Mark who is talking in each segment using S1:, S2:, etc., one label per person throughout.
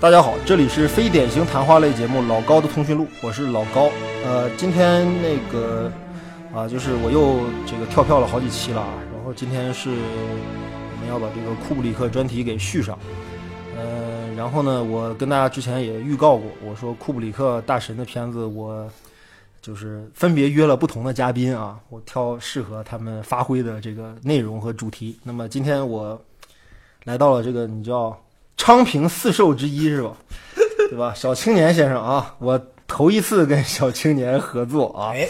S1: 大家好，这里是非典型谈话类节目《老高的通讯录》，我是老高。呃，今天那个啊、就是我又这个跳票了好几期了啊，然后今天是我们要把这个库布里克专题给续上。呃，然后呢，我跟大家之前也预告过，我说库布里克大神的片子，我就是分别约了不同的嘉宾啊，我挑适合他们发挥的这个内容和主题。那么今天我来到了这个你叫昌平四兽之一是吧？对吧？小青年先生啊，我头一次跟小青年合作啊，
S2: 哎，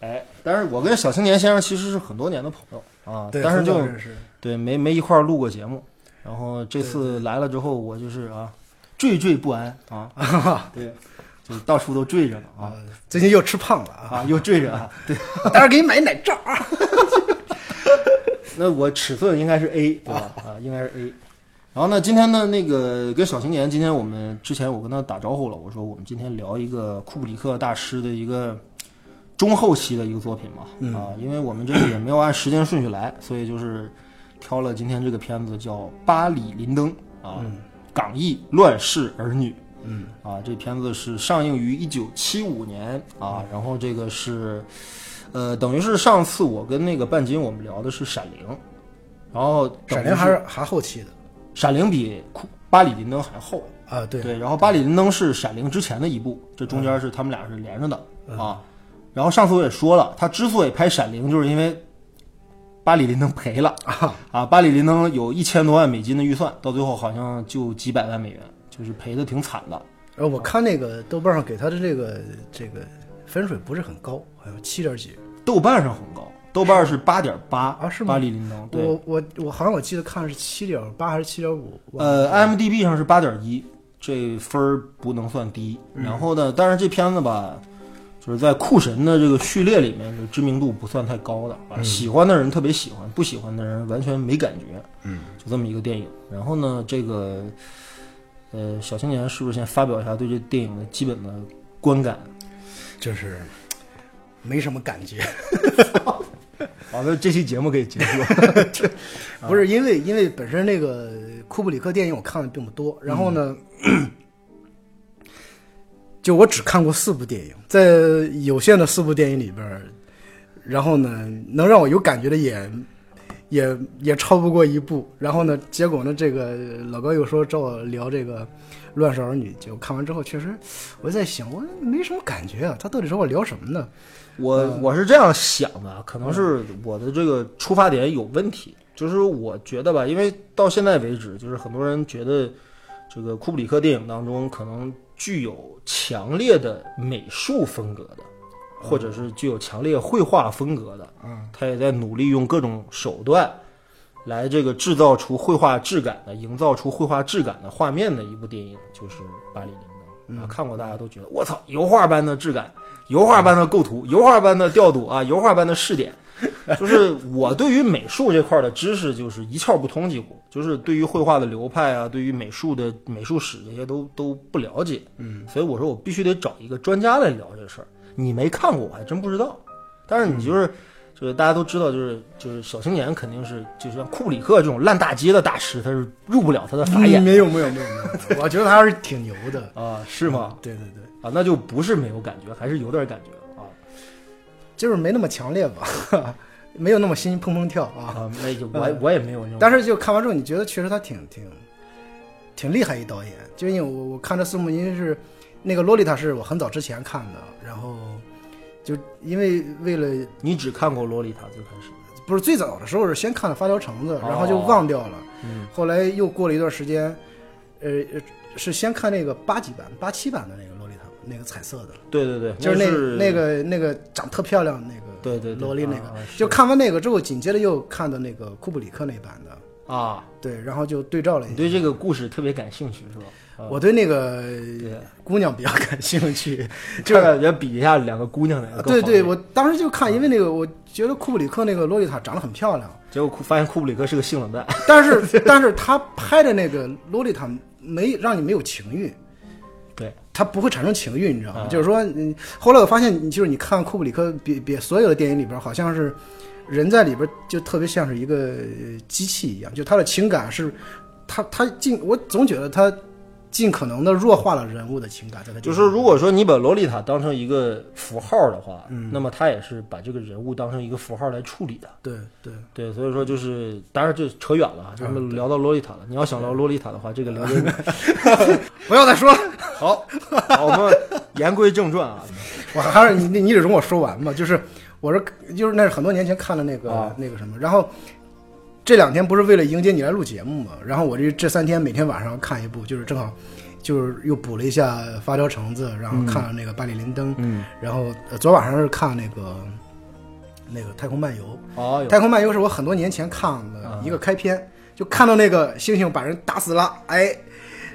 S1: 哎，但是我跟小青年先生其实是很多年的朋友啊，
S2: 对，
S1: 但是
S2: 很早
S1: 就
S2: 认识
S1: 对，没没一块儿录过节目。然后这次来了之后，我就是啊，惴惴不安啊， 对，就是到处都惴着呢啊
S2: 啊，最近又吃胖了啊，
S1: 啊，又惴着啊。对，
S2: 待会儿给你买奶罩啊。
S1: 那我尺寸应该是 A 对吧？啊，应该是 A。然后呢，今天呢，那个跟小青年，今天我们之前我跟他打招呼了，我说我们今天聊一个库布里克大师的一个中后期的一个作品嘛，啊，因为我们这个也没有按时间顺序来，所以就是挑了今天这个片子叫《巴里林登》啊，港译《乱世儿女》。
S2: 嗯，
S1: 啊，这片子是上映于一九七五年啊，然后这个是，呃，等于是上次我跟那个半斤我们聊的是《闪灵》，然后等于
S2: 闪灵还
S1: 是
S2: 是还后期的
S1: 《闪灵》比库《巴里林登》还厚，
S2: 啊，对，
S1: 对，然后《巴里林登》是《闪灵》之前的一部，这中间是他们俩是连着的、
S2: 嗯
S1: 啊。然后上次我也说了，他之所以拍《闪灵》，就是因为《巴里林登》赔了啊巴里林登》有一千多万美金的预算，到最后好像就几百万美元，就是赔的挺惨的。
S2: 然后我看那个豆瓣上给他的这个这个分水不是很高，好像七点几。
S1: 豆瓣上很高，豆瓣是八点八
S2: 啊是吗
S1: 巴里林登对，
S2: 我我我好像我记得看是七点八还是七点五，忘
S1: 呃
S2: 了
S1: ，IMDB 上是八点一，这分儿不能算低。然后呢，但是这片子吧，就是在酷神的这个序列里面，就知名度不算太高的啊，喜欢的人特别喜欢，不喜欢的人完全没感觉。嗯，就这么一个电影。然后呢，这个呃，小青年是不是先发表一下对这电影的基本的观感？
S2: 就是没什么感觉。
S1: 好的，这期节目可以结束。
S2: 不是因为因为本身那个库布里克电影我看的并不多，然后呢，
S1: 嗯
S2: 就我只看过四部电影，在有限的四部电影里边儿，然后呢，能让我有感觉的也也也超不过一部，然后呢，结果呢，这个老高又说找我聊这个《乱世儿女》，结果看完之后，确实我在想，我没什么感觉啊，他到底找我聊什么呢？
S1: 我我是这样想的，可能是我的这个出发点有问题，就是我觉得吧，因为到现在为止，就是很多人觉得这个库布里克电影当中可能具有强烈的美术风格的，或者是具有强烈绘画风格的，
S2: 嗯
S1: 他也在努力用各种手段来这个制造出绘画质感的，营造出绘画质感的画面的一部电影，就是《巴黎铃铛》啊，看过大家都觉得我操，油画般的质感，油画般的构图，油画般的调度啊，油画般的视点。就是我对于美术这块的知识就是一窍不通，几乎就是对于绘画的流派啊，对于美术的美术史这些都都不了解，嗯，所以我说我必须得找一个专家来聊这事儿。你没看过，我还真不知道。但是你就是，就是大家都知道，就是就是小青年肯定是，就像库布里克这种烂大街的大师，他是入不了他的法眼、
S2: 嗯没有没有没有没有，我觉得他还是挺牛的，
S1: 啊，是吗？
S2: 对对对。
S1: 啊，那就不是没有感觉，还是有点感觉啊
S2: 就是没那么强烈吧， 没有那么心砰砰跳啊。
S1: 啊，那就我也我也没有那种，
S2: 但是就看完之后，你觉得确实他挺挺挺厉害一导演。就因为我我看这四幕，因为是那个《洛丽塔》是我很早之前看的，然后就因为为了
S1: 你只看过《洛丽塔》最开始，
S2: 不是最早的时候是先看的《发条橙子》，
S1: 哦
S2: 然后就忘掉了，
S1: 嗯
S2: 后来又过了一段时间，呃，是先看那个八几版、八七版的那个《洛丽塔》，那个彩色的。
S1: 对对对，
S2: 就是
S1: 那
S2: 那
S1: 是
S2: 那个那个长特漂亮那个，
S1: 对对对
S2: 萝莉那个
S1: 啊啊，是
S2: 就看完那个之后，紧接着又看的那个库布里克那版的，
S1: 啊，
S2: 对，然后就对照了一
S1: 你
S2: 下。
S1: 对这个故事特别感兴趣是吧？啊
S2: 我对那个
S1: 对，啊
S2: 姑娘比较感兴 趣，就
S1: 这个也比一下两个姑娘哪个啊更
S2: 对
S1: 好
S2: 对，
S1: 一点啊
S2: 我当时就看，因为那个我觉得库布里克那个洛丽塔长得很漂亮，
S1: 结果库发现库布里克是个性冷淡，
S2: 但是但是他拍的那个洛丽塔没让你没有情欲，
S1: 对，
S2: 它不会产生情欲，你知道吗
S1: 啊？
S2: 就是说，嗯，后来我发现，就是你看库布里克别别所有的电影里边，好像是人在里边就特别像是一个呃机器一样，就他的情感是，他他进，我总觉得他尽可能的弱化了人物的情感，在他
S1: 就是如果说你把洛丽塔当成一个符号的话，
S2: 嗯
S1: 那么他也是把这个人物当成一个符号来处理的。
S2: 对对，
S1: 对，所以说就是，当然就扯远了，咱
S2: 嗯
S1: 们聊到洛丽塔了。你要想聊洛丽塔的话，这个聊 真
S2: 不要再说了，
S1: 好。好，我们言归正传啊，
S2: 我还是你你你得容我说完吧，就是我是就是那是很多年前看了那个、
S1: 啊
S2: 那个什么，然后这两天不是为了迎接你来录节目嘛，然后我这这三天每天晚上看一部，就是正好就是又补了一下《发条橙子》，然后看了那个《巴里林登》
S1: 嗯，
S2: 然后、呃、昨晚上是看那个那个《太空漫游》，
S1: 哦，有
S2: 太空漫游是我很多年前看
S1: 啊
S2: 的一个开篇，就看到那个猩猩把人打死了，哎，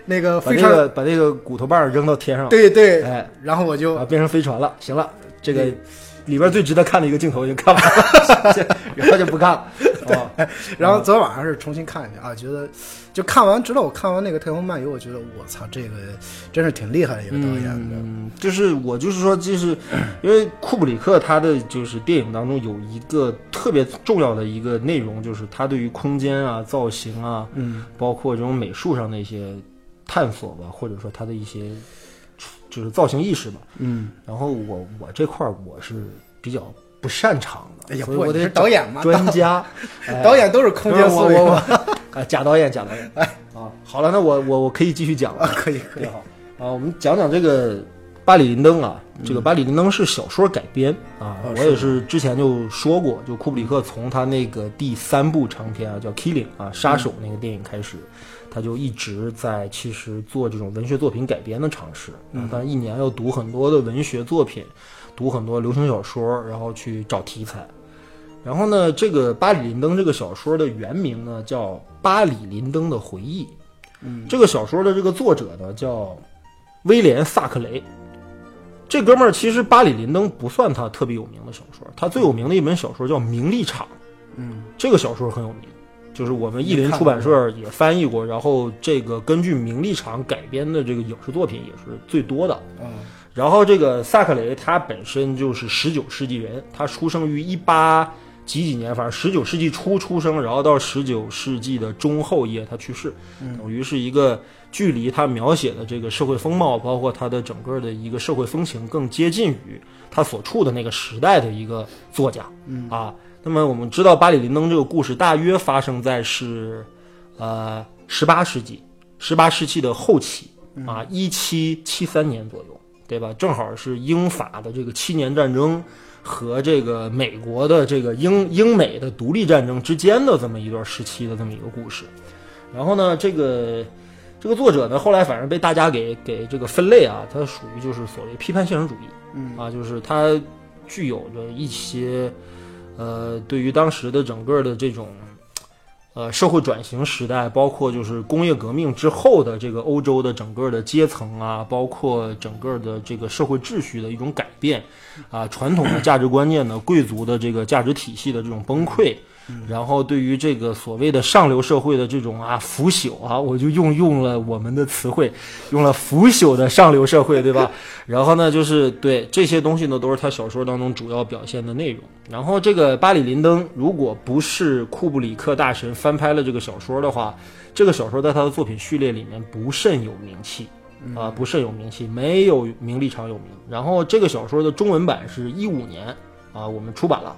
S2: 那个
S1: 把
S2: 非
S1: 这
S2: 常、
S1: 个把这个骨头棒扔到天上，
S2: 对对，
S1: 哎，
S2: 然后我就、
S1: 啊，变成飞船了。行了，这个里边最值得看的一个镜头已经看完了， 这然后就不看了。啊，
S2: 然后昨天晚上是重新看一遍啊，觉得就看完，直到我看完那个《太空漫游》，我觉得我操，这个真是挺厉害的一个导演的。
S1: 嗯，就是我就是说，就是因为库布里克他的就是电影当中有一个特别重要的一个内容，就是他对于空间啊、造型啊，
S2: 嗯，
S1: 包括这种美术上的一些探索吧，或者说他的一些就是造型意识吧。
S2: 嗯，
S1: 然后我我这块儿我是比较不擅长的，
S2: 哎呀，
S1: 所以
S2: 不
S1: 我
S2: 你
S1: 得
S2: 是导演嘛，
S1: 专家，哎
S2: 导演都是 空间思哎维
S1: 我我
S2: 嘛
S1: 我，啊，假导演，假导 演。啊，好了，那我我我可以继续讲
S2: 啊，
S1: 了。
S2: 可以可以
S1: 对，好啊，我们讲讲这个《巴里林登》啊，这个《巴里林登》是小说改编啊
S2: 哦，
S1: 我也是之前就说过，就库布里克从他那个第三部长篇啊叫《Killing》啊杀手那个电影开始。他就一直在其实做这种文学作品改编的尝试，啊，但一年要读很多的文学作品，读很多流行小说，然后去找题材。然后呢，这个《巴里林登》这个小说的原名呢叫《巴里林登的回忆》，
S2: 嗯，
S1: 这个小说的这个作者呢叫威廉·萨克雷。这哥们儿其实《巴里林登》不算他特别有名的小说，他最有名的一本小说叫《名利场》，
S2: 嗯，
S1: 这个小说很有名，就是我们译林出版社也翻译过，然后这个根据名利场改编的这个影视作品也是最多的。
S2: 嗯
S1: 然后这个萨克雷他本身就是十九世纪人，他出生于一八几几年，反正十九世纪初出生，然后到十九世纪的中后叶他去世，等于是一个距离他描写的这个社会风貌，包括他的整个的一个社会风情更接近于他所处的那个时代的一个作家、嗯、啊。那么我们知道巴里林登这个故事大约发生在是，呃，十八世纪，十八世纪的后期啊，一七七三年左右，对吧？正好是英法的这个七年战争和这个美国的这个英英美的独立战争之间的这么一段时期的这么一个故事。然后呢，这个这个作者呢，后来反正被大家给给这个分类啊，他属于就是所谓批判现实主义，
S2: 嗯
S1: 啊，就是他具有着一些呃，对于当时的整个的这种呃社会转型时代，包括就是工业革命之后的这个欧洲的整个的阶层啊，包括整个的这个社会秩序的一种改变啊，传统的价值观念呢，贵族的这个价值体系的这种崩溃。嗯然后对于这个所谓的上流社会的这种啊腐朽啊，我就用用了我们的词汇，用了腐朽的上流社会，对吧？然后呢，就是对这些东西呢，都是他小说当中主要表现的内容。然后这个《巴里林登》，如果不是库布里克大神翻拍了这个小说的话，这个小说在他的作品序列里面不甚有名气。啊、不甚有名气，没有名利场有名。然后这个小说的中文版是一五年啊，我们出版了，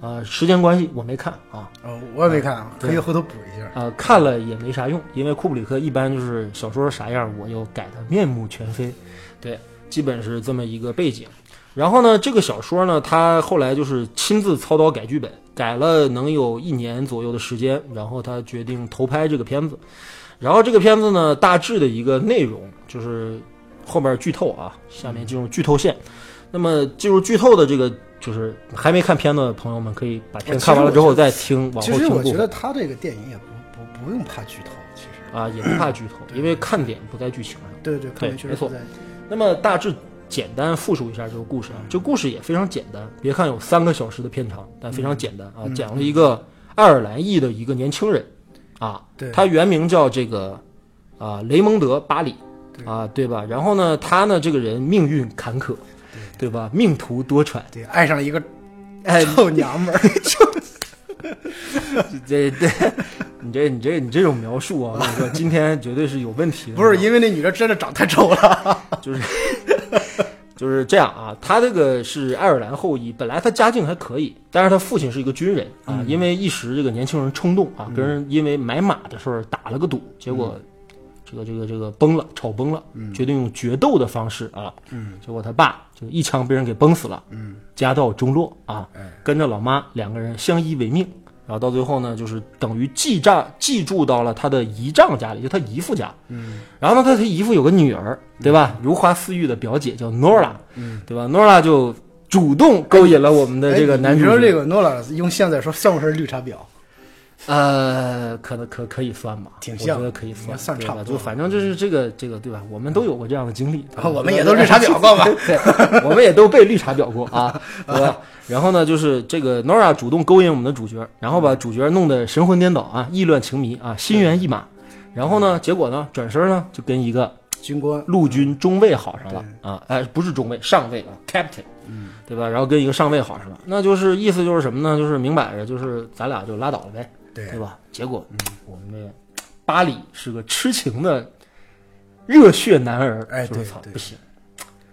S1: 啊，时间关系我没看啊，
S2: 哦，我也没看，可以
S1: 对
S2: 回头补一下。
S1: 啊，看了也没啥用，因为库布里克一般就是小说啥样我就改的面目全非，对，基本是这么一个背景。然后呢，这个小说呢，他后来就是亲自操刀改剧本，改了能有一年左右的时间，然后他决定投拍这个片子。然后这个片子呢，大致的一个内容就是后面剧透啊，下面进入剧透线。那么进入剧透的这个，就是还没看片子的朋友们，可以把片
S2: 啊其实
S1: 看完了之
S2: 我
S1: 后
S2: 觉得
S1: 再听往
S2: 其
S1: 后
S2: 实
S1: 听
S2: 我
S1: 部
S2: 觉
S1: 分
S2: 得他这个电影也不不不用怕剧透，其实
S1: 啊，也不怕剧透，因为看点不在剧情上。
S2: 对对，看
S1: 对
S2: 来确
S1: 没
S2: 实
S1: 错
S2: 不在。
S1: 那么大致简单复述一下这个故事啊，
S2: 嗯
S1: 这故事也非常简单，别看有三个小时的片长，但非
S2: 嗯
S1: 常简单啊，讲了一个爱尔兰裔的一个年轻人，啊，
S2: 对
S1: 他原名叫这个啊雷蒙德·巴里，啊，对吧？然后呢，他呢这个人命运坎坷，对吧？命途多舛，
S2: 对，爱上了一个
S1: 哎，
S2: 臭娘们儿，
S1: 这这，你这你这你这种描述啊，我跟你说，今天绝对是有问题的。
S2: 不是因为那女的真的长太丑了，
S1: 就是就是这样啊。他这个是爱尔兰后裔，本来他家境还可以，但是他父亲是一个军人啊，因为一时这个年轻人冲动啊，跟人因为买马的事儿打了个赌，结果这个这个这个崩了，吵崩了，
S2: 嗯
S1: 决定用决斗的方式啊，嗯，结果他爸就一枪被人给崩死了，嗯，家道中落啊，
S2: 哎
S1: 跟着老妈两个人相依为命。然后到最后呢，就是等于寄账寄住到了他的姨丈家里，就他姨父家。嗯，然后呢，他他姨父有个女儿，对
S2: 嗯
S1: 吧？如花似玉的表姐叫 Nora，嗯，对吧？Nora 就主动勾引了我们的这个
S2: 哎
S1: 男
S2: 你
S1: 主角。
S2: 说这个诺拉用现在说像不像是绿茶婊？
S1: 呃，可能可可以算吧，
S2: 挺像
S1: 我觉得可以算，
S2: 算
S1: 对
S2: 差
S1: 吧
S2: 不多啊
S1: 就反正就是这个这个对吧？我们都有过这样的经历，对吧
S2: 我们也都绿茶婊过嘛
S1: 对，我们也都被绿茶婊过 啊，对吧？然后呢，就是这个 Nora 主动勾引我们的主角，然后把主角弄得神魂颠倒啊，意乱情迷啊，心猿意马。然后呢，结果呢，转身呢就跟一个
S2: 军官，
S1: 陆军中尉好上了啊，哎，不是中尉，上尉啊，captain，嗯，对吧？然后跟一个上尉好上了，那就是意思就是什么呢？就是明摆着就是咱俩就拉倒了呗，
S2: 对
S1: 对吧？结果我们这个巴里是个痴情的热血男儿，
S2: 哎
S1: 说
S2: 对
S1: 操
S2: 对
S1: 不行，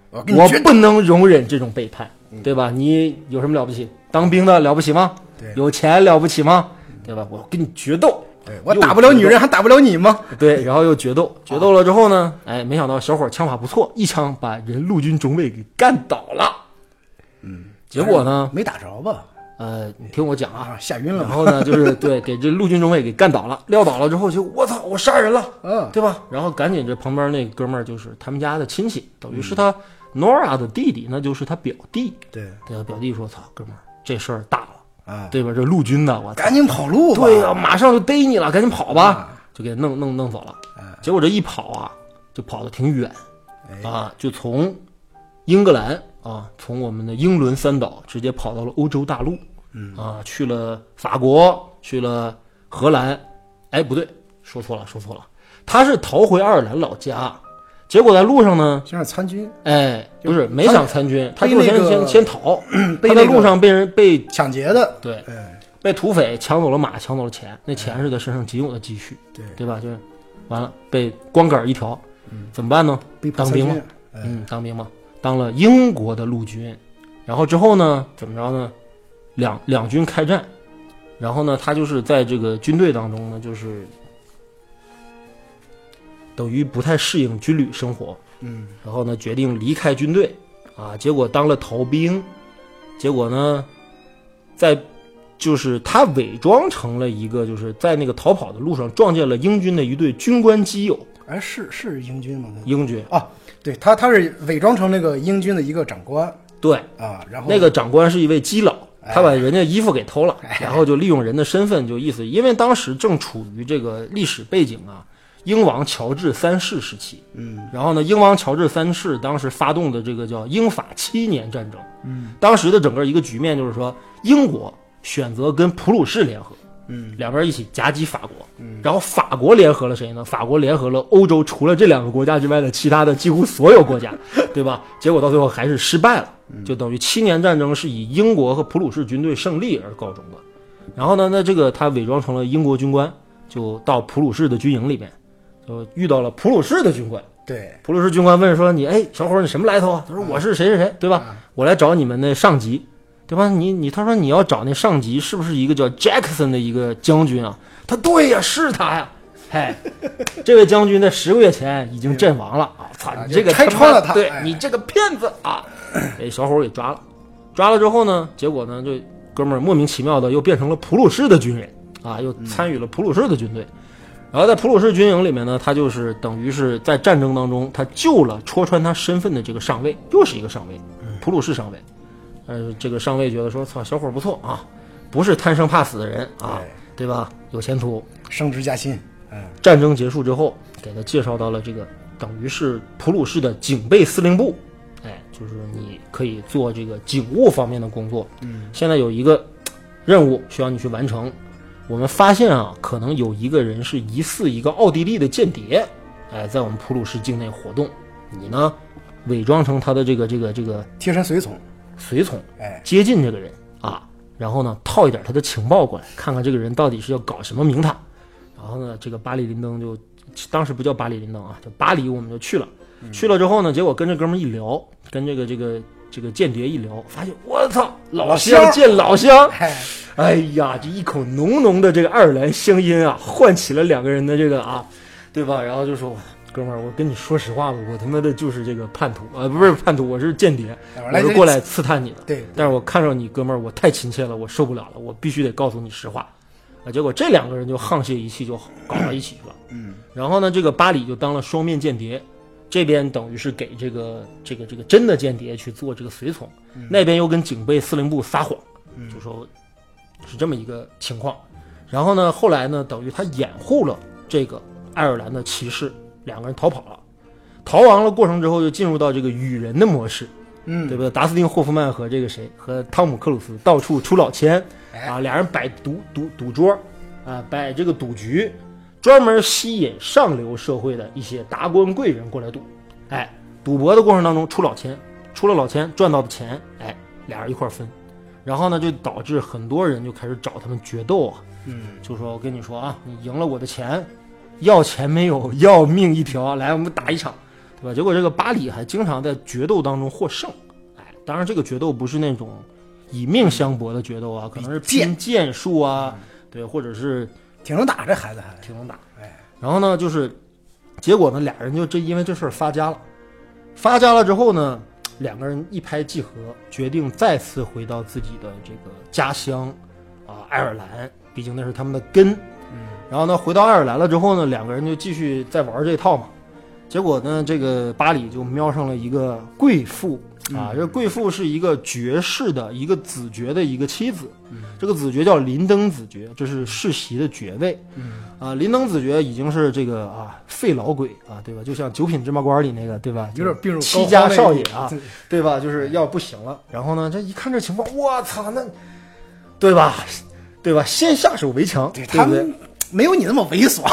S2: 我嗯跟你
S1: 我
S2: 决
S1: 不能容忍这种背叛，对吧？你有什么了不起？当兵的了不起吗？
S2: 对嗯
S1: 有钱了不起吗？对吧？我跟你决斗，
S2: 对我
S1: 又
S2: 打不了
S1: 决
S2: 女人，啊还打不了你吗？
S1: 对，然后又决斗，决斗了之后呢，哎，没想到小伙枪法不错，一枪把人陆军中尉给干倒了。嗯，结果呢，
S2: 没打着吧？
S1: 呃，你听我讲啊，
S2: 嗯啊，吓晕了
S1: 然
S2: 吧？
S1: 后呢，就是对，给这陆军中尉给干倒了，撂倒了之后就我操，我杀人了，
S2: 嗯，
S1: 对吧？然后赶紧这旁边那哥们儿就是他们家的亲戚，等于是他 Nora 的弟弟，那就是他表弟。
S2: 对
S1: 对他表弟说：“操，哥们儿，这事儿大了，
S2: 啊，
S1: 对吧？这陆军的，我操。”
S2: 赶紧跑路吧！
S1: 对呀、马上就逮你了，赶紧跑
S2: 啊
S1: 吧，就给弄弄弄走了。
S2: 哎
S1: 结果这一跑啊，就跑得挺远，
S2: 哎
S1: 啊，就从英格兰啊，从我们的英伦三岛直接跑到了欧洲大陆，
S2: 嗯
S1: 啊，去了法国，去了荷兰，哎，不对，说错了，说错了，他是逃回爱尔兰老家，结果在路上呢，
S2: 想想参军
S1: 哎，不是没想参军，他
S2: 被
S1: 就是
S2: 那
S1: 先
S2: 个
S1: 先先逃，
S2: 被
S1: 他在
S2: 那个
S1: 路上被人被
S2: 抢劫的，
S1: 对
S2: 哎，
S1: 被土匪抢走了马，抢走了钱，那钱是他身上仅有的积蓄，
S2: 对，
S1: 对吧？就是完了，被光杆儿一条，怎么办呢？
S2: 被迫
S1: 当
S2: 参
S1: 兵嘛
S2: 军，哎
S1: 嗯，当兵嘛，当了英国的陆军，然后之后呢，怎么着呢？两两军开战，然后呢，他就是在这个军队当中呢，就是等于不太适应军旅生活，
S2: 嗯，
S1: 然后呢，决定离开军队，啊，结果当了逃兵，结果呢，在就是他伪装成了一个，就是在那个逃跑的路上撞见了英军的一队军官基友，
S2: 哎，是是英军吗？
S1: 英军
S2: 啊， 对他他是伪装成那个英军的一个长官
S1: 对，
S2: 啊，然后
S1: 那个长官是一位基佬，他把人家衣服给偷了，然后就利用人的身份，就意思，因为当时正处于这个历史背景啊，英王乔治三世时期。嗯，然后呢，英王乔治三世当时发动的这个叫英法七年战争。嗯，当时的整个一个局面就是说，英国选择跟普鲁士联合。嗯，两边一起夹击法国，嗯，然后法国联合了谁呢？法国联合了欧洲除了这两个国家之外的其他的几乎所有国家， 对吧？结果到最后还是失败了，就等于七年战争是以英国和普鲁士军队胜利而告终的。然后呢，那这个他伪装成了英国军官，就到普鲁士的军营里面，就遇到了普鲁士的军官。
S2: 对
S1: 普鲁士军官问说：“你哎，小伙儿，你什么来头啊？”他说：“我是谁谁谁，对吧？我来找你们那上级，对吧？你你，他说你要找那上级，是不是一个叫 Jackson 的一个将军啊？”他对呀，是他呀。哎， 这位将军在十个月前已经阵亡了啊！操，
S2: 啊
S1: 你这个
S2: 就拆
S1: 妈
S2: 穿了他
S1: 对
S2: 哎
S1: 你这个骗子啊！被小伙儿给抓了，抓了之后呢，结果呢，这哥们儿莫名其妙的又变成了普鲁士的军人啊，又参与了普鲁士的军队。然后在普鲁士军营里面呢，他就是等于是在战争当中，他救了戳穿他身份的这个上尉，又是一个上尉，普鲁士上尉。呃，这个上尉觉得说，操，小伙儿不错啊，不是贪生怕死的人啊，对吧？有前途。
S2: 升职加薪，嗯，
S1: 战争结束之后，给他介绍到了这个等于是普鲁士的警备司令部，哎，就是你可以做这个警务方面的工作。嗯，现在有一个任务需要你去完成。我们发现啊，可能有一个人是疑似一个奥地利的间谍，哎，在我们普鲁士境内活动。你呢，伪装成他的这个这个这个
S2: 贴身随从，
S1: 随从，
S2: 哎，
S1: 接近这个人啊，然后呢套一点他的情报过来，看看这个人到底是要搞什么名堂。然后呢，这个巴里林登就当时不叫巴里林登啊，叫巴黎，我们就去了。
S2: 嗯
S1: 去了之后呢，结果跟这哥们儿一聊，跟这个这个这个间谍一聊，发现我操，老
S2: 老
S1: 乡
S2: 乡
S1: 见老乡，
S2: 嗨，
S1: 哎呀，这一口浓浓的这个爱尔兰乡音啊，唤起了两个人的这个啊，对吧？然后就说，哥们儿，我跟你说实话吧，我他妈的就是这个叛徒啊、呃不是叛徒，我是间谍，
S2: 我
S1: 我
S2: 来
S1: 是
S2: 这
S1: 过来刺探你的。
S2: 对，
S1: 但是我看上你哥们儿，我太亲切了，我受不了了，我必须得告诉你实话。啊，结果这两个人就沆瀣一气，就搞到一起去了。
S2: 嗯，
S1: 然后呢，这个巴里就当了双面间谍，这边等于是给这个这个这个真的间谍去做这个随从，那边又跟警备司令部撒谎，就说是这么一个情况。然后呢，后来呢，等于他掩护了这个爱尔兰的骑士，两个人逃跑了。逃亡了过程之后，就进入到这个雨人的模式，
S2: 嗯，
S1: 对不对？达斯汀·霍夫曼和这个谁和汤姆·克鲁斯到处出老千
S2: 哎
S1: 啊，俩人摆赌赌赌桌啊，摆这个赌局，专门吸引上流社会的一些达官贵人过来赌。哎，赌博的过程当中出老千，出了老千赚到的钱，哎，俩人一块儿分。然后呢，就导致很多人就开始找他们决斗啊，
S2: 嗯，
S1: 就说我跟你说啊，你赢了我的钱，要钱没有，要命一条，来我们打一场，对吧？结果这个巴里还经常在决斗当中获胜，哎，当然这个决斗不是那种以命相搏的决斗啊，可能是拼剑术啊，对，或者是
S2: 挺能打这孩子还，
S1: 挺能打。
S2: 哎，
S1: 然后呢，就是结果呢，俩人就这因为这事儿发家了，发家了之后呢，两个人一拍即合，决定再次回到自己的这个家乡啊，爱尔兰，毕竟那是他们的根。然后呢，回到爱尔兰了之后呢，两个人就继续再玩这套嘛。结果呢，这个巴里就瞄上了一个贵妇啊，这个贵妇是一个爵士的一个子爵的一个妻子，这个子爵叫林登子爵，这是世袭的爵位。啊，林登子爵已经是这个啊废老鬼啊，对吧？就像《九品芝麻官》里那个，对吧？
S2: 有点病入膏
S1: 七
S2: 肓
S1: 家
S2: 那
S1: 少
S2: 种
S1: 爷啊，
S2: 对
S1: 对吧？就是要不行了。然后呢，这一看这情况，我操，那对吧？对吧？先下手为强，对
S2: 他
S1: 不对？
S2: 们没有你那么猥琐，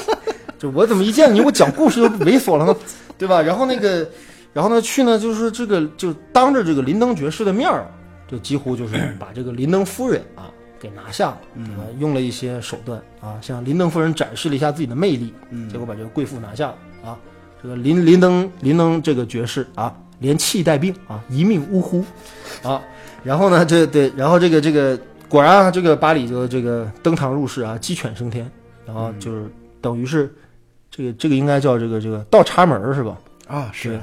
S1: 就我怎么一见你，我讲故事就猥琐了呢？ 对吧？然后那个，然后呢去呢，就是这个就当着这个林登爵士的面儿，就几乎就是把这个林登夫人啊 给拿下了，对吧？用了一些手段啊，向林登夫人展示了一下自己的魅力，结果把这个贵妇拿下了啊。这个林林登林登这个爵士啊，连气带病啊，一命呜呼啊。然后呢，这对，然后这个这个果然啊，这个巴里就这个登堂入室啊，鸡犬升天，然后就是等于是这个这个应该叫这个这个倒插门儿是吧？
S2: 啊，
S1: 是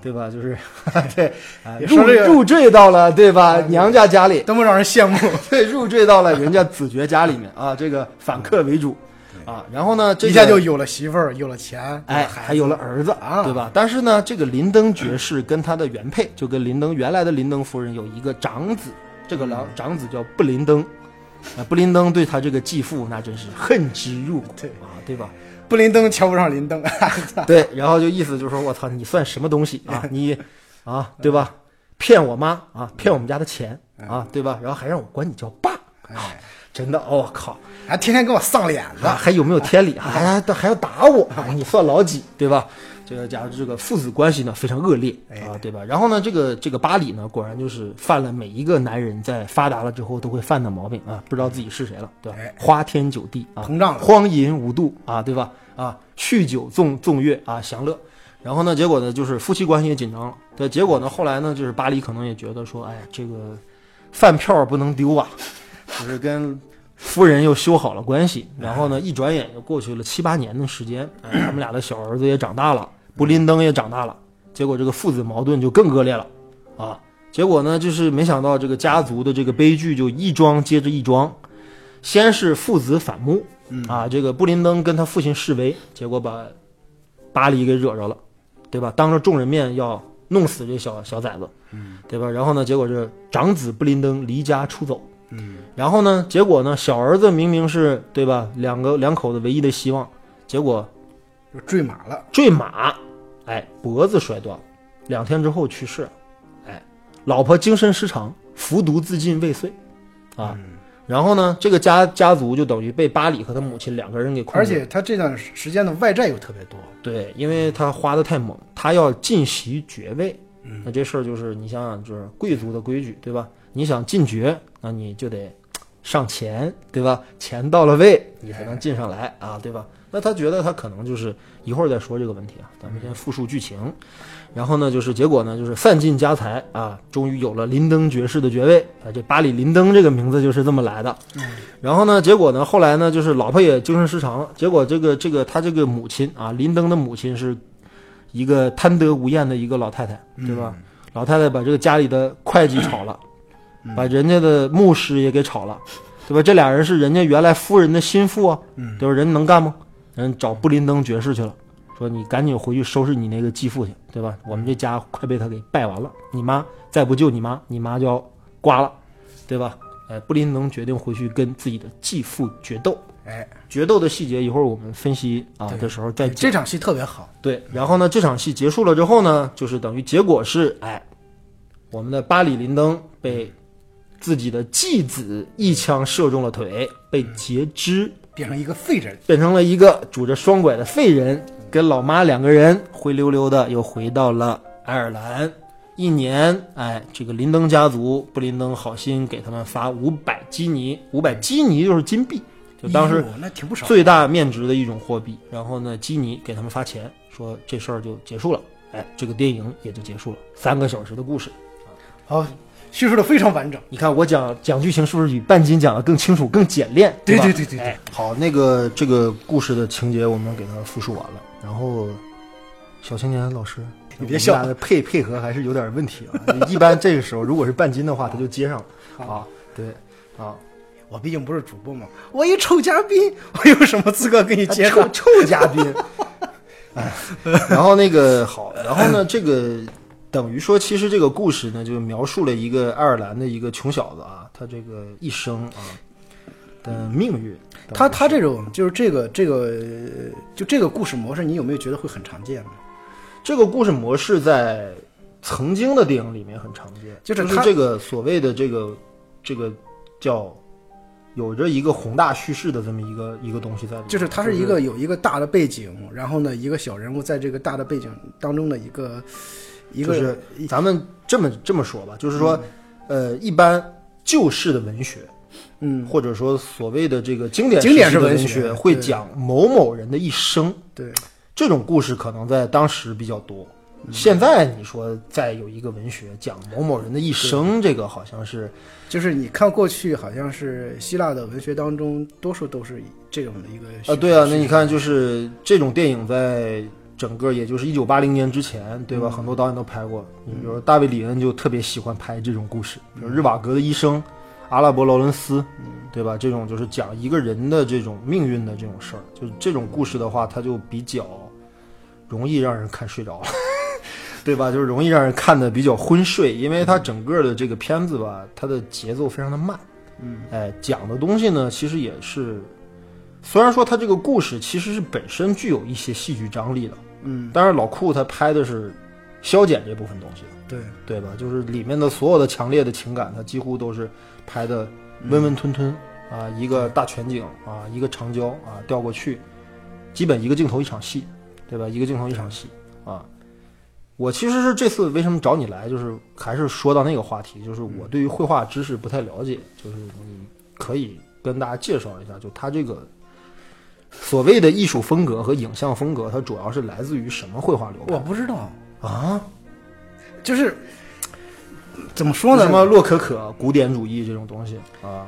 S1: 对吧？就是 对，啊
S2: 也
S1: 入
S2: 说这个
S1: 入赘到了啊对吧？娘家家里，
S2: 多么让人羡慕，
S1: 对，入赘到了人家子爵家里面 啊，这个反客为主啊。然后呢，这个
S2: 一下就有了媳妇儿，有了钱，
S1: 哎，
S2: 孩子
S1: 还有了儿子
S2: 啊
S1: 对吧？但是呢，这个林登爵士跟他的原配，就跟林登原来的林登夫人有一个长子，这个长长子叫布林登，啊，布林登对他这个继父那真是恨之入骨
S2: 对
S1: 啊，对吧？
S2: 布林登瞧不上林登，
S1: 对，然后就意思就是说，我操，你算什么东西啊？你啊，对吧？骗我妈啊，骗我们家的钱啊，对吧？然后还让我管你叫爸，啊，真的，我、靠！
S2: 还天天给我丧脸子
S1: 啊，，还有没有天理啊？还还还要打我啊？你算老几，对吧？这个假如这个父子关系呢非常恶劣啊，对吧？然后呢，这个这个巴里呢，果然就是犯了每一个男人在发达了之后都会犯的毛病啊，不知道自己是谁了，对吧
S2: 哎？
S1: 花天酒地啊，
S2: 膨胀了
S1: 荒淫无度啊，对吧？啊，酗酒纵纵乐啊，享乐。然后呢，结果呢，就是夫妻关系也紧张了。对，结果呢，后来呢，就是巴里可能也觉得说，哎，这个饭票不能丢啊，就是跟夫人又修好了关系，然后呢，一转眼就过去了七八年的时间，哎，他们俩的小儿子也长大了，布林登也长大了，结果这个父子矛盾就更恶劣了，啊，结果呢，就是没想到这个家族的这个悲剧就一桩接着一桩，先是父子反目，啊，这个布林登跟他父亲示威，结果把巴黎给惹着了，对吧？当着众人面要弄死这小小崽子，对吧？然后呢，结果这长子布林登离家出走。然后呢，结果呢，小儿子明明是对吧，两个两口子唯一的希望，结果
S2: 就坠马了，
S1: 坠马，哎，脖子摔断了，两天之后去世了，哎，老婆精神失常，服毒自尽未遂，啊，然后呢，这个家家族就等于被巴里和他母亲两个人给控
S2: 而
S1: 制，
S2: 且他这段时间的外债又特别多，
S1: 对，因为他花的太猛，他要进袭爵位，那这事儿就是你想想，就是贵族的规矩，对吧？你想进爵，那你就得上钱，对吧？钱到了位，你才能进上来啊，对吧？那他觉得他可能就是一会儿再说这个问题啊，咱们先复述剧情。然后呢，就是结果呢，就是散尽家财啊，终于有了林登爵士的爵位啊。这巴里林登这个名字就是这么来的。然后呢，结果呢，后来呢，就是老婆也精神失常了。结果这个这个他这个母亲啊，林登的母亲是一个贪得无厌的一个老太太，对吧？老太太把这个家里的会计炒了，把人家的牧师也给炒了，对吧？这俩人是人家原来夫人的心腹啊，对吧？人能干吗？人找布林登爵士去了，说你赶紧回去收拾你那个继父去，对吧？我们这家快被他给败完了，你妈再不救你妈，你妈就要瓜了，对吧？哎，布林登决定回去跟自己的继父决斗。
S2: 哎，
S1: 决斗的细节一会儿我们分析啊的时候再讲。
S2: 这场戏特别好，
S1: 对，然后呢，这场戏结束了之后呢，就是等于结果是，哎，我们的巴里林登被自己的继子一枪射中了腿，被截肢，
S2: 变成一个废人。
S1: 变成了一个拄着双拐的废人，跟老妈两个人灰溜溜的又回到了爱尔兰。一年，哎，这个林登家族，布林登好心给他们发五百基尼，五百基尼就是金币，就当时
S2: 哎呦那挺不少，
S1: 最大面值的一种货币。然后呢，基尼给他们发钱，说这事儿就结束了。哎，这个电影也就结束了，三个小时的故事。
S2: 好，叙述的非常完整。
S1: 你看我讲讲剧情是不是比半斤讲的更清楚、更简练？
S2: 对
S1: 吧
S2: 对对对对
S1: 哎好，那个这个故事的情节我们给它复述完了，然后小青年老师，
S2: 你别笑
S1: 我们俩的配配合还是有点问题 啊。一般这个时候如果是半斤的话，他就接上了啊，对啊。
S2: 我毕竟不是主播嘛，我一臭嘉宾， 我有什么资格跟你接
S1: 臭
S2: 上？
S1: 啊臭嘉宾。哎，然后那个好，然后呢，这个等于说，其实这个故事呢，就描述了一个爱尔兰的一个穷小子啊，他这个一生啊的命运。
S2: 他他这种就是这个这个呃就这个故事模式，你有没有觉得会很常见呢？
S1: 这个故事模式在曾经的电影里面很常见，
S2: 就
S1: 就是是
S2: 他
S1: 这个所谓的这个这个叫有着一个宏大叙事的这么一个一个东西在里面，
S2: 就是它是一个有一个大的背景，然后呢，一个小人物在这个大的背景当中的一个一个、
S1: 就是咱们这么这么说吧，就是说，呃，一般旧式的文学，
S2: 嗯，
S1: 或者说所谓的这个经典
S2: 经典
S1: 时期
S2: 式
S1: 的
S2: 文
S1: 文
S2: 学
S1: 会
S2: 对
S1: 讲某某人的一生，
S2: 对
S1: 这种故事可能在当时比较多。
S2: 嗯
S1: 现在你说再有一个文学讲某某人的一生，这个好像是
S2: 就是你看过去好像是希腊的文学当中，多数都是以这种的一个
S1: 啊，对啊，
S2: 叙
S1: 那你
S2: 事
S1: 看就是这种电影在整个也就是一九八零年之前，对吧？很多导演都拍过，你比如说大卫·里恩就特别喜欢拍这种故事，比如日瓦格的医生、阿拉伯劳伦斯，对吧？这种就是讲一个人的这种命运的这种事儿，就是这种故事的话，它就比较容易让人看睡着了。 对吧？就是容易让人看的比较昏睡，因为它整个的这个片子吧，它的节奏非常的慢，嗯，哎，讲的东西呢，其实也是虽然说他这个故事其实是本身具有一些戏剧张力的，
S2: 嗯，
S1: 但是老库他拍的是消减这部分东西，
S2: 对
S1: 对吧？就是里面的所有的强烈的情感，他几乎都是拍的温
S2: 嗯
S1: 温吞吞、嗯啊，一个大全景啊，一个长焦啊调过去，基本一个镜头一场戏，对吧？一个镜头一场戏啊。我其实是这次为什么找你来，就是还是说到那个话题，就是我对于绘画知识不太了解，就是你可以跟大家介绍一下，就他这个所谓的艺术风格和影像风格，它主要是来自于什么绘画流
S2: 我
S1: 派
S2: 不知道，
S1: 啊？
S2: 就是怎么说呢？
S1: 嗯什么洛可可、古典主义这种东西啊，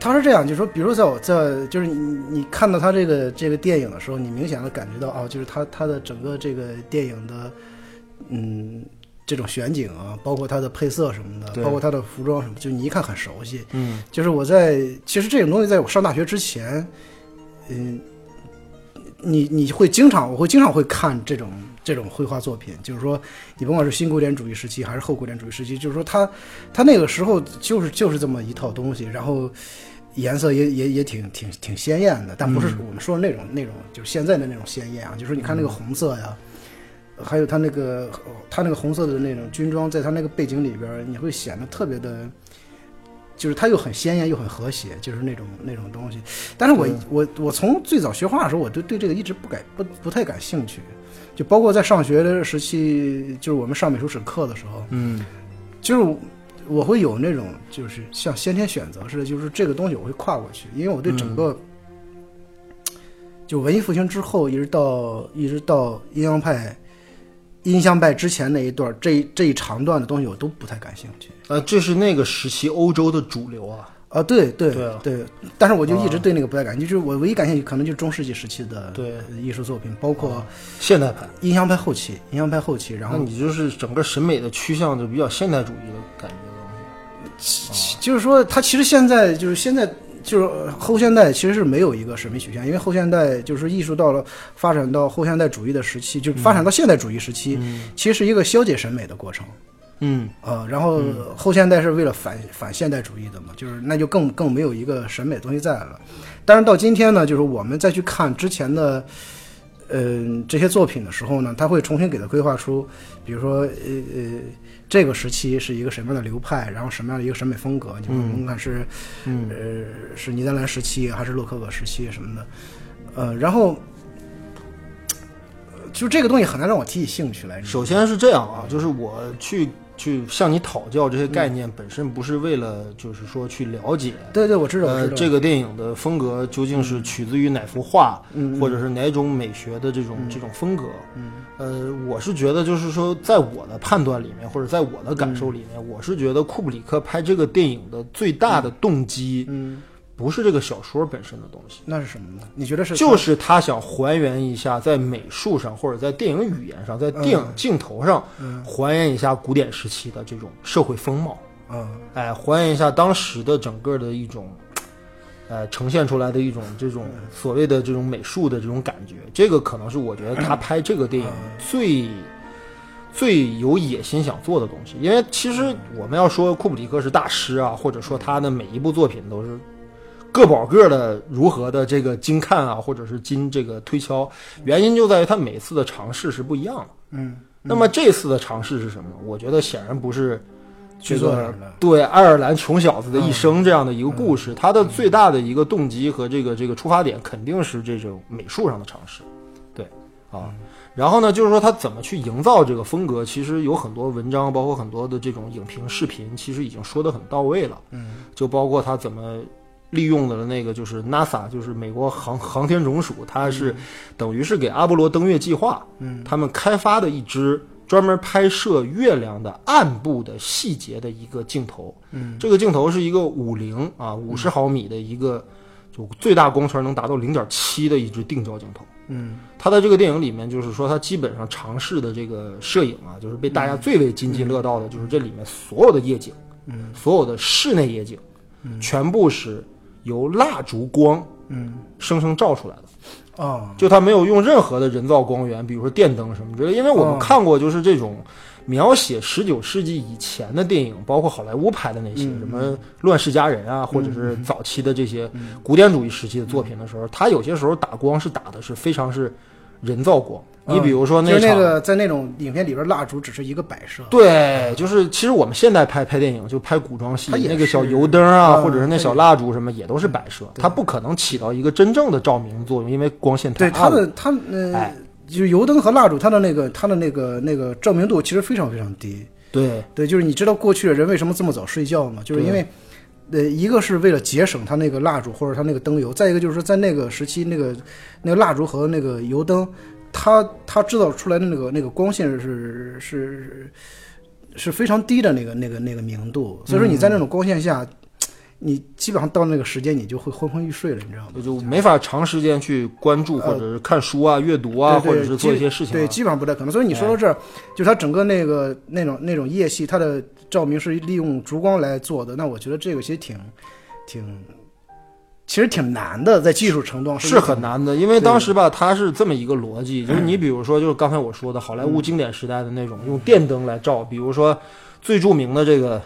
S2: 他是这样，就是说，比如在我在就是你你看到他这个这个电影的时候，你明显的感觉到哦，就是他他的整个这个电影的，嗯，这种选景啊，包括他的配色什么的，
S1: 对
S2: 包括他的服装什么，就你一看很熟悉。
S1: 嗯，
S2: 就是我在其实这种东西，在我上大学之前，嗯，你你会经常我会经常会看这种这种绘画作品，就是说你甭管是新古典主义时期还是后古典主义时期，就是说他他那个时候就是就是这么一套东西，然后颜色也也也挺挺挺鲜艳的，但不是我们说的那种、那种就是现在的那种鲜艳啊，就是说你看那个红色呀。还有他那个，他那个红色的那种军装，在他那个背景里边儿，你会显得特别的，就是它又很鲜艳又很和谐，就是那种那种东西。但是我我我从最早学画的时候，我对对这个一直不感不不太感兴趣，就包括在上学的时期，就是我们上美术史课的时候，
S1: 嗯，
S2: 就是我会有那种就是像先天选择似的，就是这个东西我会跨过去，因为我对
S1: 嗯
S2: 整个、就文艺复兴之后，一直到一直到阴阳派、阴阳派之前那一段，这一这一长段的东西我都不太感兴趣。
S1: 呃，这是那个时期欧洲的主流啊。
S2: 啊，对对
S1: 对啊
S2: 但是我就一直对那个不太感兴趣，就是我唯一感兴趣可能就是中世纪时期的
S1: 对啊
S2: 艺术作品，包括
S1: 现代派，
S2: 阴阳派后期、阴阳派后期，然
S1: 那
S2: 后
S1: 你就是整个审美的趋向就比较现代主义的感觉的东西。
S2: 就是说，它其实现在就是现在就是呃后现代其实是没有一个审美取向，因为后现代就是艺术到了发展到后现代主义的时期，就是发展到现代主义时期，其实是一个消解审美的过程。
S1: 嗯，
S2: 呃，然后后现代是为了反反现代主义的嘛，就是那就更更没有一个审美东西在了。但是到今天呢，就是我们再去看之前的，嗯、这些作品的时候呢，他会重新给它规划出，比如说，呃呃，这个时期是一个什么样的流派，然后什么样的一个审美风格，就是甭管是，
S1: 嗯
S2: 呃，是尼德兰时期还是洛可可时期什么的，呃，然后。就这个东西很难让我提起兴趣来。你知道
S1: 嗯首
S2: 吗
S1: 先是这样啊，就是我去去向你讨教这些概
S2: 嗯
S1: 念，本身不是为了就是说去了解。
S2: 对对，我知道，我知
S1: 呃，
S2: 道嗯
S1: 这个电影的风格究竟是取自于哪幅画，或者是哪种美学的这种、
S2: 嗯
S1: 这种风格？呃，我是觉得就是说，在我的判断里面，或者在我的感受里面，我是觉得库布里克拍这个电影的最大的动机，
S2: 嗯
S1: 不是这个小说本身的东西，
S2: 那是什么呢？你觉得是
S1: 就是他想还原一下在美术上，或者在电影语言上，在电影镜头上，还原一下古典时期的这种社会风貌。
S2: 嗯
S1: 哎，还原一下当时的整个的一种，呃，呈现出来的一种这种
S2: 嗯
S1: 所谓的这种美术的这种感觉，这个可能是我觉得 他拍这个电影
S2: 嗯
S1: 最、最有野心想做的东西。因为其实
S2: 嗯
S1: 我们要说库布里克是大师啊，或者说他的每一部作品都是个保个的如何的这个精看啊，或者是精这个推敲，原因就在于他每次的尝试是不一样的。
S2: 嗯，
S1: 那么这次的尝试是什么呢？我觉得显然不是
S2: 去
S1: 这
S2: 做
S1: 个
S2: 人了
S1: 对爱尔兰穷小子的一生这样的一个故事，它的最大的一个动机和这个这个出发点肯定是这种美术上的尝试，对啊。然后呢，就是说他怎么去营造这个风格，其实有很多文章，包括很多的这种影评、视频，其实已经说得很到位了。
S2: 嗯
S1: 就包括他怎么利用的那个就是 NASA，就是美国航航天总署，它是等于是给阿波罗登月计划，
S2: 嗯，
S1: 他们开发的一支专门拍摄月亮的暗部的细节的一个镜头，
S2: 嗯，
S1: 这个镜头是一个五零啊五十毫米的一个，就最大光圈能达到零点七的一支定焦镜头。
S2: 嗯
S1: 他在这个电影里面，就是说他基本上尝试的这个摄影啊，就是被大家最为津津乐道的，就是这里面所有的夜景，
S2: 嗯，
S1: 所有的室内夜景，全部是由蜡烛光
S2: 嗯
S1: 生生照出来的。
S2: 哦
S1: 就他没有用任何的人造光源，比如说电灯什么之类的，因为我
S2: 哦
S1: 们看过就是这种描写十九世纪以前的电影，包括好莱坞拍的那些、
S2: 嗯
S1: 什么《乱世佳人》啊，或者是早期的这些
S2: 嗯
S1: 古典主义时期的作品的时候，他有些时候打光是打的是非常是人造光。你比如说
S2: 嗯就是
S1: 场
S2: 那个在那种影片里边，蜡烛只是一个摆设，
S1: 对，就是其实我们现在拍拍电影，就拍古装戏，
S2: 它也
S1: 那个小
S2: 是
S1: 油灯啊，
S2: 嗯
S1: 或者是那
S2: 对
S1: 小蜡烛什么，也都是摆设，
S2: 对
S1: 它不可能起到一个真正的照明作用，因为光线太
S2: 对
S1: 暗
S2: 它
S1: 了
S2: 的它呃
S1: 哎，
S2: 就油灯和蜡烛，它的那个它的那个那个照明度其实非常非常低。
S1: 对，
S2: 对，就是你知道过去的人为什么这么早睡觉吗？就是因为，呃，一个是为了节省它那个蜡烛或者它那个灯油，再一个就是说在那个时期，那个那个蜡烛和那个油灯，它它制造出来的那个那个光线是是是非常低的那个那个那个明度，所以说你在那种光线下，你基本上到那个时间你就会昏昏欲睡了，你知道吗？
S1: 就没法长时间去关注或者是看书啊、阅读啊，
S2: 对
S1: 或
S2: 对
S1: 者是做一
S2: 基
S1: 些事情、啊。
S2: 对，基本上不太可能。所以你说到这儿，就是它整个那个那种那种夜戏，它的照明是利用烛光来做的。那我觉得这个其实挺挺，其实挺难的，在技术程度上
S1: 是很。难的，因为当时吧，它是这么一个逻辑，就是你比如说，就是刚才我说的好莱坞经典时代的那种用电灯来照，比如说最著名的这个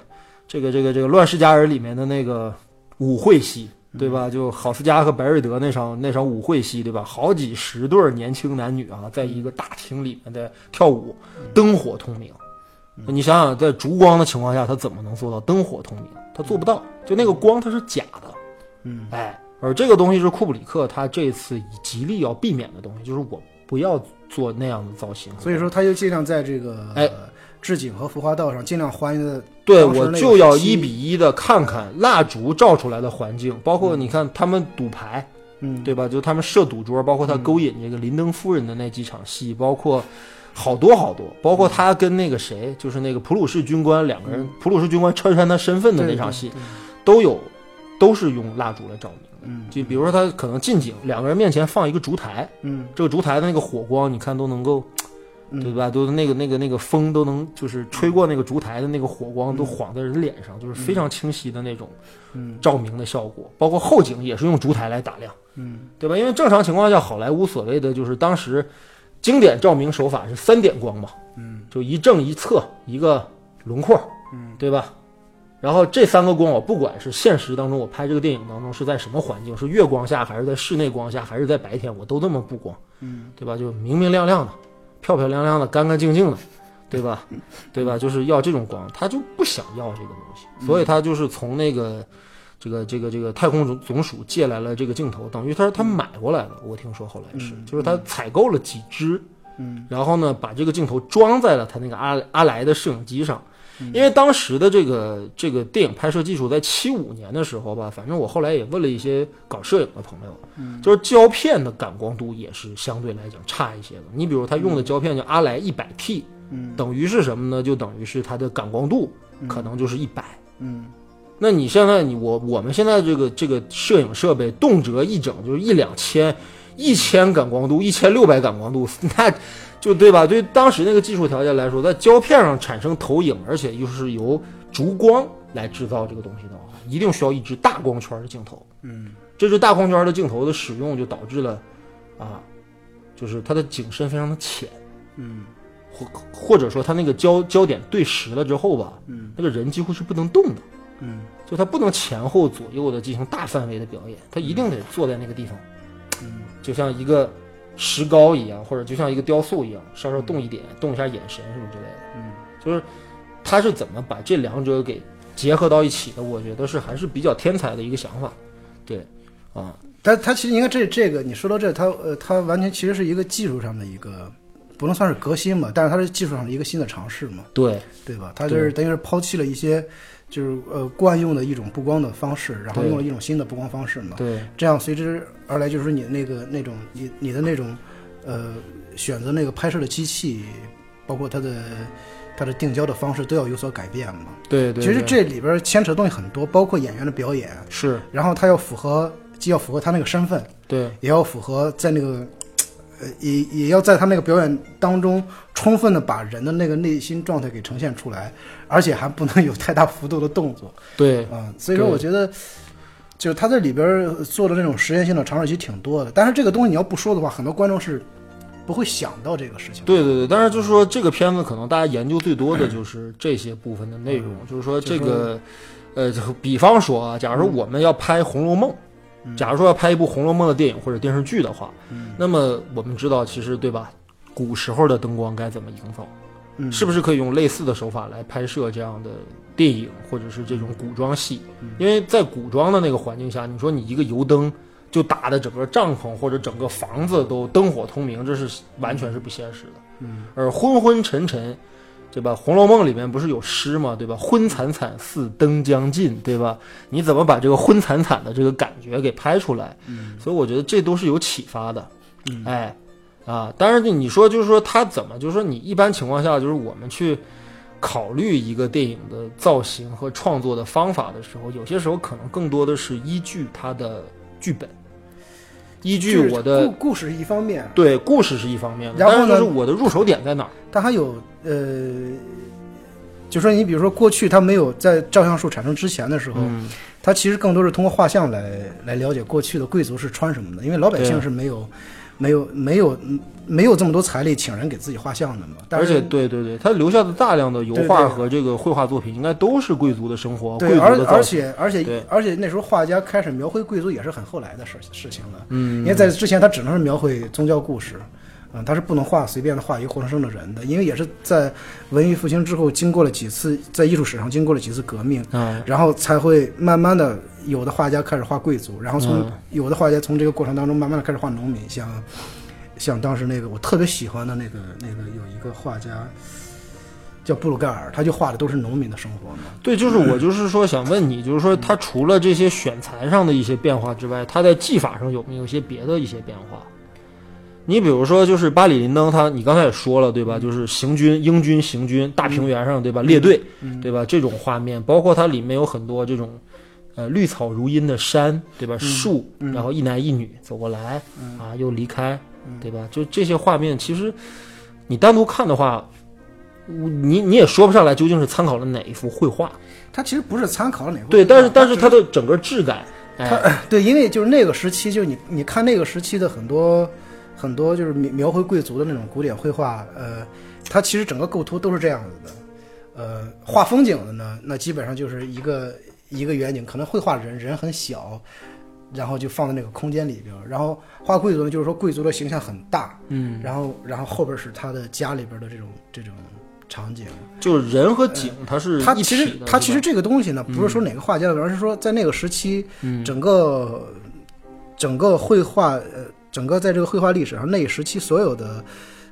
S1: 这个这个这个《乱世佳人》里面的那个舞会戏，对吧？就郝思嘉和白瑞德那场那场舞会戏，对吧？好几十对儿年轻男女啊，在一个大厅里面在跳舞，灯火通明。你想想，在烛光的情况下，他怎么能做到灯火通明？他做不到，就那个光它是假的。
S2: 嗯，
S1: 哎，而这个东西是库布里克他这次极力要避免的东西，就是我不要做那样的造型。
S2: 所以说他就尽量在这个
S1: 哎
S2: 置景和浮华道上尽量还原的
S1: 对
S2: 当时
S1: 我
S2: 那个
S1: 就要
S2: 时期
S1: 一比一的看看蜡烛照出来的环境，包括你看他们赌牌，
S2: 嗯
S1: 对吧？就他们设赌桌，包括他勾引这个林登夫人的那几场戏，包括好多好多，包
S2: 嗯
S1: 括他跟那个谁，就是那个普鲁士军官两个人，普鲁士军官拆穿他身份的那场戏，，
S2: 对对对
S1: 都有都是用蜡烛来照明。
S2: 嗯
S1: 就比如说他可能近景，两个人面前放一个烛台，
S2: 嗯
S1: 这个烛台的那个火光，你看都能够，
S2: 嗯
S1: 对吧？都那个那个那个风都能，就是吹过那个烛台的那个火光都晃在人脸上，就是非常清晰的那种
S2: 嗯
S1: 照明的效果。包括后景也是用烛台来打亮，
S2: 嗯
S1: 对吧？因为正常情况下，好莱坞所谓的就是当时经典照明手法是三点光嘛，
S2: 嗯
S1: 就一正一侧一个轮廓，
S2: 嗯，
S1: 对吧？然后这三个光，我不管是现实当中我拍这个电影当中是在什么环境，是月光下还是在室内光下，还是在白天，我都那么布光，
S2: 嗯，
S1: 对吧？就明明亮亮的，漂漂亮亮的，干干净净的，对 吧？对吧？就是要这种光，他就不想要这个东
S2: 嗯
S1: 西，所以他就是从那个这个这个这个太空总总署借来了这个镜头，等于他
S2: 嗯
S1: 他买过来了，我听说后来是，就是他采购了几支，
S2: 嗯，
S1: 然后呢，把这个镜头装在了他那个阿阿莱的摄影机上，因为当时的这个这个电影拍摄技术在七五年的时候吧，反正我后来也问了一些搞摄影的朋友，
S2: 嗯
S1: 就是胶片的感光度也是相对来讲差一些的。你比如他用的胶片叫阿莱一百 T，
S2: 嗯
S1: 等于是什么呢？就等于是它的感光度可能就是一百。
S2: 嗯
S1: 那你现在你我我们现在这个这个摄影设备动辄一整就是一两千、一千感光度、一 千六百感光度，那就对吧？对当时那个技术条件来说，在胶片上产生投影，而且又是由烛光来制造这个东西的话，一定需要一支大光圈的镜头。
S2: 嗯
S1: 这支大光圈的镜头的使用就导致了啊，就是它的景深非常的浅，
S2: 嗯
S1: 或或者说它那个焦焦点对实了之后吧，
S2: 嗯
S1: 那个人几乎是不能动的。
S2: 嗯
S1: 就他不能前后左右的进行大范围的表演，他一定得坐在那个地方，
S2: 嗯
S1: 就像一个石膏一样，或者就像一个雕塑一样，稍稍动一点，动一下眼神什么之类的。
S2: 嗯
S1: 就是他是怎么把这两者给结合到一起的？我觉得是还是比较天才的一个想法。对，啊，
S2: 但他其实你看这这个，你说到这，他呃，他完全其实是一个技术上的一个，不能算是革新吧，但是他是技术上的一个新的尝试嘛，
S1: 对，
S2: 对吧？他就是等于是抛弃了一些就是呃惯用的一种布光的方式，然后
S1: 对
S2: 用了一种新的布光方式嘛，
S1: 对，
S2: 这样随之而来就是你那个那种你你的那种呃选择那个拍摄的机器，包括它的它的定焦的方式都要有所改变嘛。
S1: 对，对，
S2: 其实
S1: 对
S2: 这里边牵扯东西很多，包括演员的表演，
S1: 是
S2: 然后他要符合既要符合他那个身份。
S1: 对，
S2: 也要符合在那个，呃，也也要在他那个表演当中充分的把人的那个内心状态给呈现出来，而且还不能有太大幅度的动作
S1: 对，
S2: 啊、所以说，
S1: 对
S2: 我觉得，就是他在里边儿做的那种实验性的尝试其实挺多的。但是这个东西你要不说的话，很多观众是不会想到这个事情的。
S1: 对对对，但是就是说这个片子可能大家研究最多的就是这些部分的内容，嗯就是说这个，呃，就比方说啊，假如说我们要拍《红楼梦》假如说要拍一部《红楼梦》的电影或者电视剧的话，
S2: 嗯
S1: 那么我们知道其实对吧，古时候的灯光该怎么营造，
S2: 嗯，
S1: 是不是可以用类似的手法来拍摄这样的电影或者是这种古装戏？因为在古装的那个环境下，你说你一个油灯就打的整个帐篷或者整个房子都灯火通明，这是完全是不现实的。
S2: 嗯，
S1: 而昏昏沉沉，对吧？《红楼梦》里面不是有诗嘛，对吧？昏惨惨似灯将尽，对吧？你怎么把这个昏惨惨的这个感觉给拍出来？
S2: 嗯
S1: 所以我觉得这都是有启发的。
S2: 嗯
S1: 哎，啊，当然就你说，就是说他怎么，就是说你一般情况下，就是我们去考虑一个电影的造型和创作的方法的时候，有些时候可能更多的是依据它的剧本，依据
S2: 就是
S1: 我的
S2: 故故事是一方面，
S1: 对故事是一方面的，
S2: 然后
S1: 但是就
S2: 呢
S1: 是我的入手点在哪儿？
S2: 但还有呃，就说你比如说过去他没有在照相术产生之前的时候。
S1: 嗯，
S2: 他其实更多是通过画像来来了解过去的贵族是穿什么的，因为老百
S1: 对
S2: 姓是没有没有没有嗯没有这么多财力请人给自己画像的嘛。但
S1: 而且
S2: 是
S1: 对对对，他留下的大量的油
S2: 对
S1: 画
S2: 对
S1: 和这个绘画作品，应该都是贵族的生活，
S2: 对，
S1: 贵
S2: 而
S1: 族的造
S2: 而
S1: 型。
S2: 且而
S1: 对
S2: 且而且那时候画家开始描绘贵族也是很后来的事事情了，
S1: 嗯，
S2: 因为在之前他只能是描绘宗教故事。嗯，他是不能画随便的画一个活生生的人的，因为也是在文艺复兴之后，经过了几次在艺术史上经过了几次革命，
S1: 啊，
S2: 然后才会慢慢的有的画家开始画贵族，然后从、
S1: 嗯
S2: 有的画家从这个过程当中慢慢的开始画农民，像像当时那个我特别喜欢的那个那个有一个画家叫布鲁盖尔，他就画的都是农民的生活嘛。
S1: 对，就是我就是说想问你，就是说他除了这些选材上的一些变化之外，他在技法上有没有一些别的一些变化？你比如说，就是巴里林登他，你刚才也说了，对吧？就是行军，英军行军，大平原上，对吧？列队，对吧？这种画面，包括它里面有很多这种，呃，绿草如茵的山，对吧？树，然后一男一女走过来，啊，又离开，对吧？就这些画面，其实你单独看的话，你你也说不上来究竟是参考了哪一幅绘画，
S2: 他其实不是参考了哪个
S1: 对，但是但是
S2: 他
S1: 它的整个质感，哎，
S2: 对，因为就是那个时期，就是你你看那个时期的很多很多就是描描绘贵族的那种古典绘画，呃，它其实整个构图都是这样子的。呃，画风景的呢，那基本上就是一个一个远景，可能绘画人人很小，然后就放在那个空间里边儿。然后画贵族呢，就是说贵族的形象很大，
S1: 嗯，
S2: 然后然后后边是他的家里边的这种这种场景。
S1: 就是人和景嗯它是
S2: 它
S1: 一
S2: 其
S1: 体
S2: 实
S1: 的，
S2: 它
S1: 对
S2: 其
S1: 吧
S2: 实这个东西呢，不是说哪个画家的，而是说在那个时期，
S1: 嗯
S2: 整个整个绘画呃，整个在这个绘画历史上那一时期所有的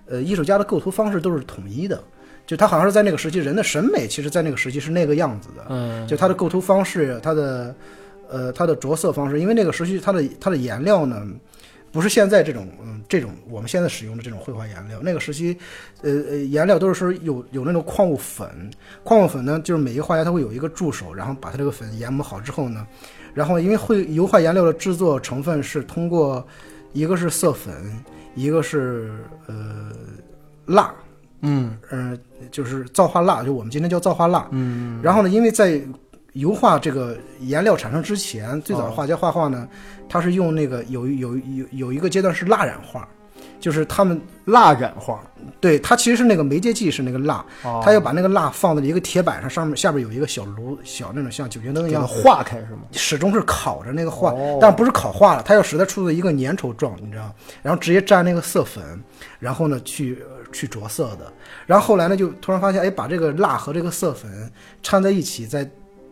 S2: 呃艺术家的构图方式都是统一的，就他好像是在那个时期人的审美，其实在那个时期是那个样子的，
S1: 嗯，
S2: 就他的构图方式，他的呃他的着色方式，因为那个时期他的他的颜料呢。不是现在这种，嗯，这种我们现在使用的这种绘画颜料，那个时期，呃呃，颜料都是说有有那种矿物粉，矿物粉呢，就是每一个画家他会有一个助手，然后把他这个粉研磨好之后呢，然后因为绘油画颜料的制作成分是通过一个是色粉，一个是呃蜡，
S1: 嗯
S2: 嗯、就是皂化蜡，就我们今天叫皂化蜡。
S1: 嗯，
S2: 然后呢，因为在油画这个颜料产生之前，最早的
S1: 哦
S2: 画家画画呢，他是用那个有有有有一个阶段是蜡染画，就是他们
S1: 蜡染画，
S2: 对它其实是那个媒介剂是那个蜡，
S1: 哦
S2: 他要把那个蜡放在一个铁板上，上面下边有一个小炉，小那种像酒精灯一
S1: 给它
S2: 样，
S1: 化开是吗？
S2: 始终是烤着那个画，
S1: 哦
S2: 但不是烤化了，它要使它出了一个粘稠状，你知道吗，然后直接蘸那个色粉，然后呢去呃去着色的，然后后来呢就突然发现，哎，把这个蜡和这个色粉掺在一起，再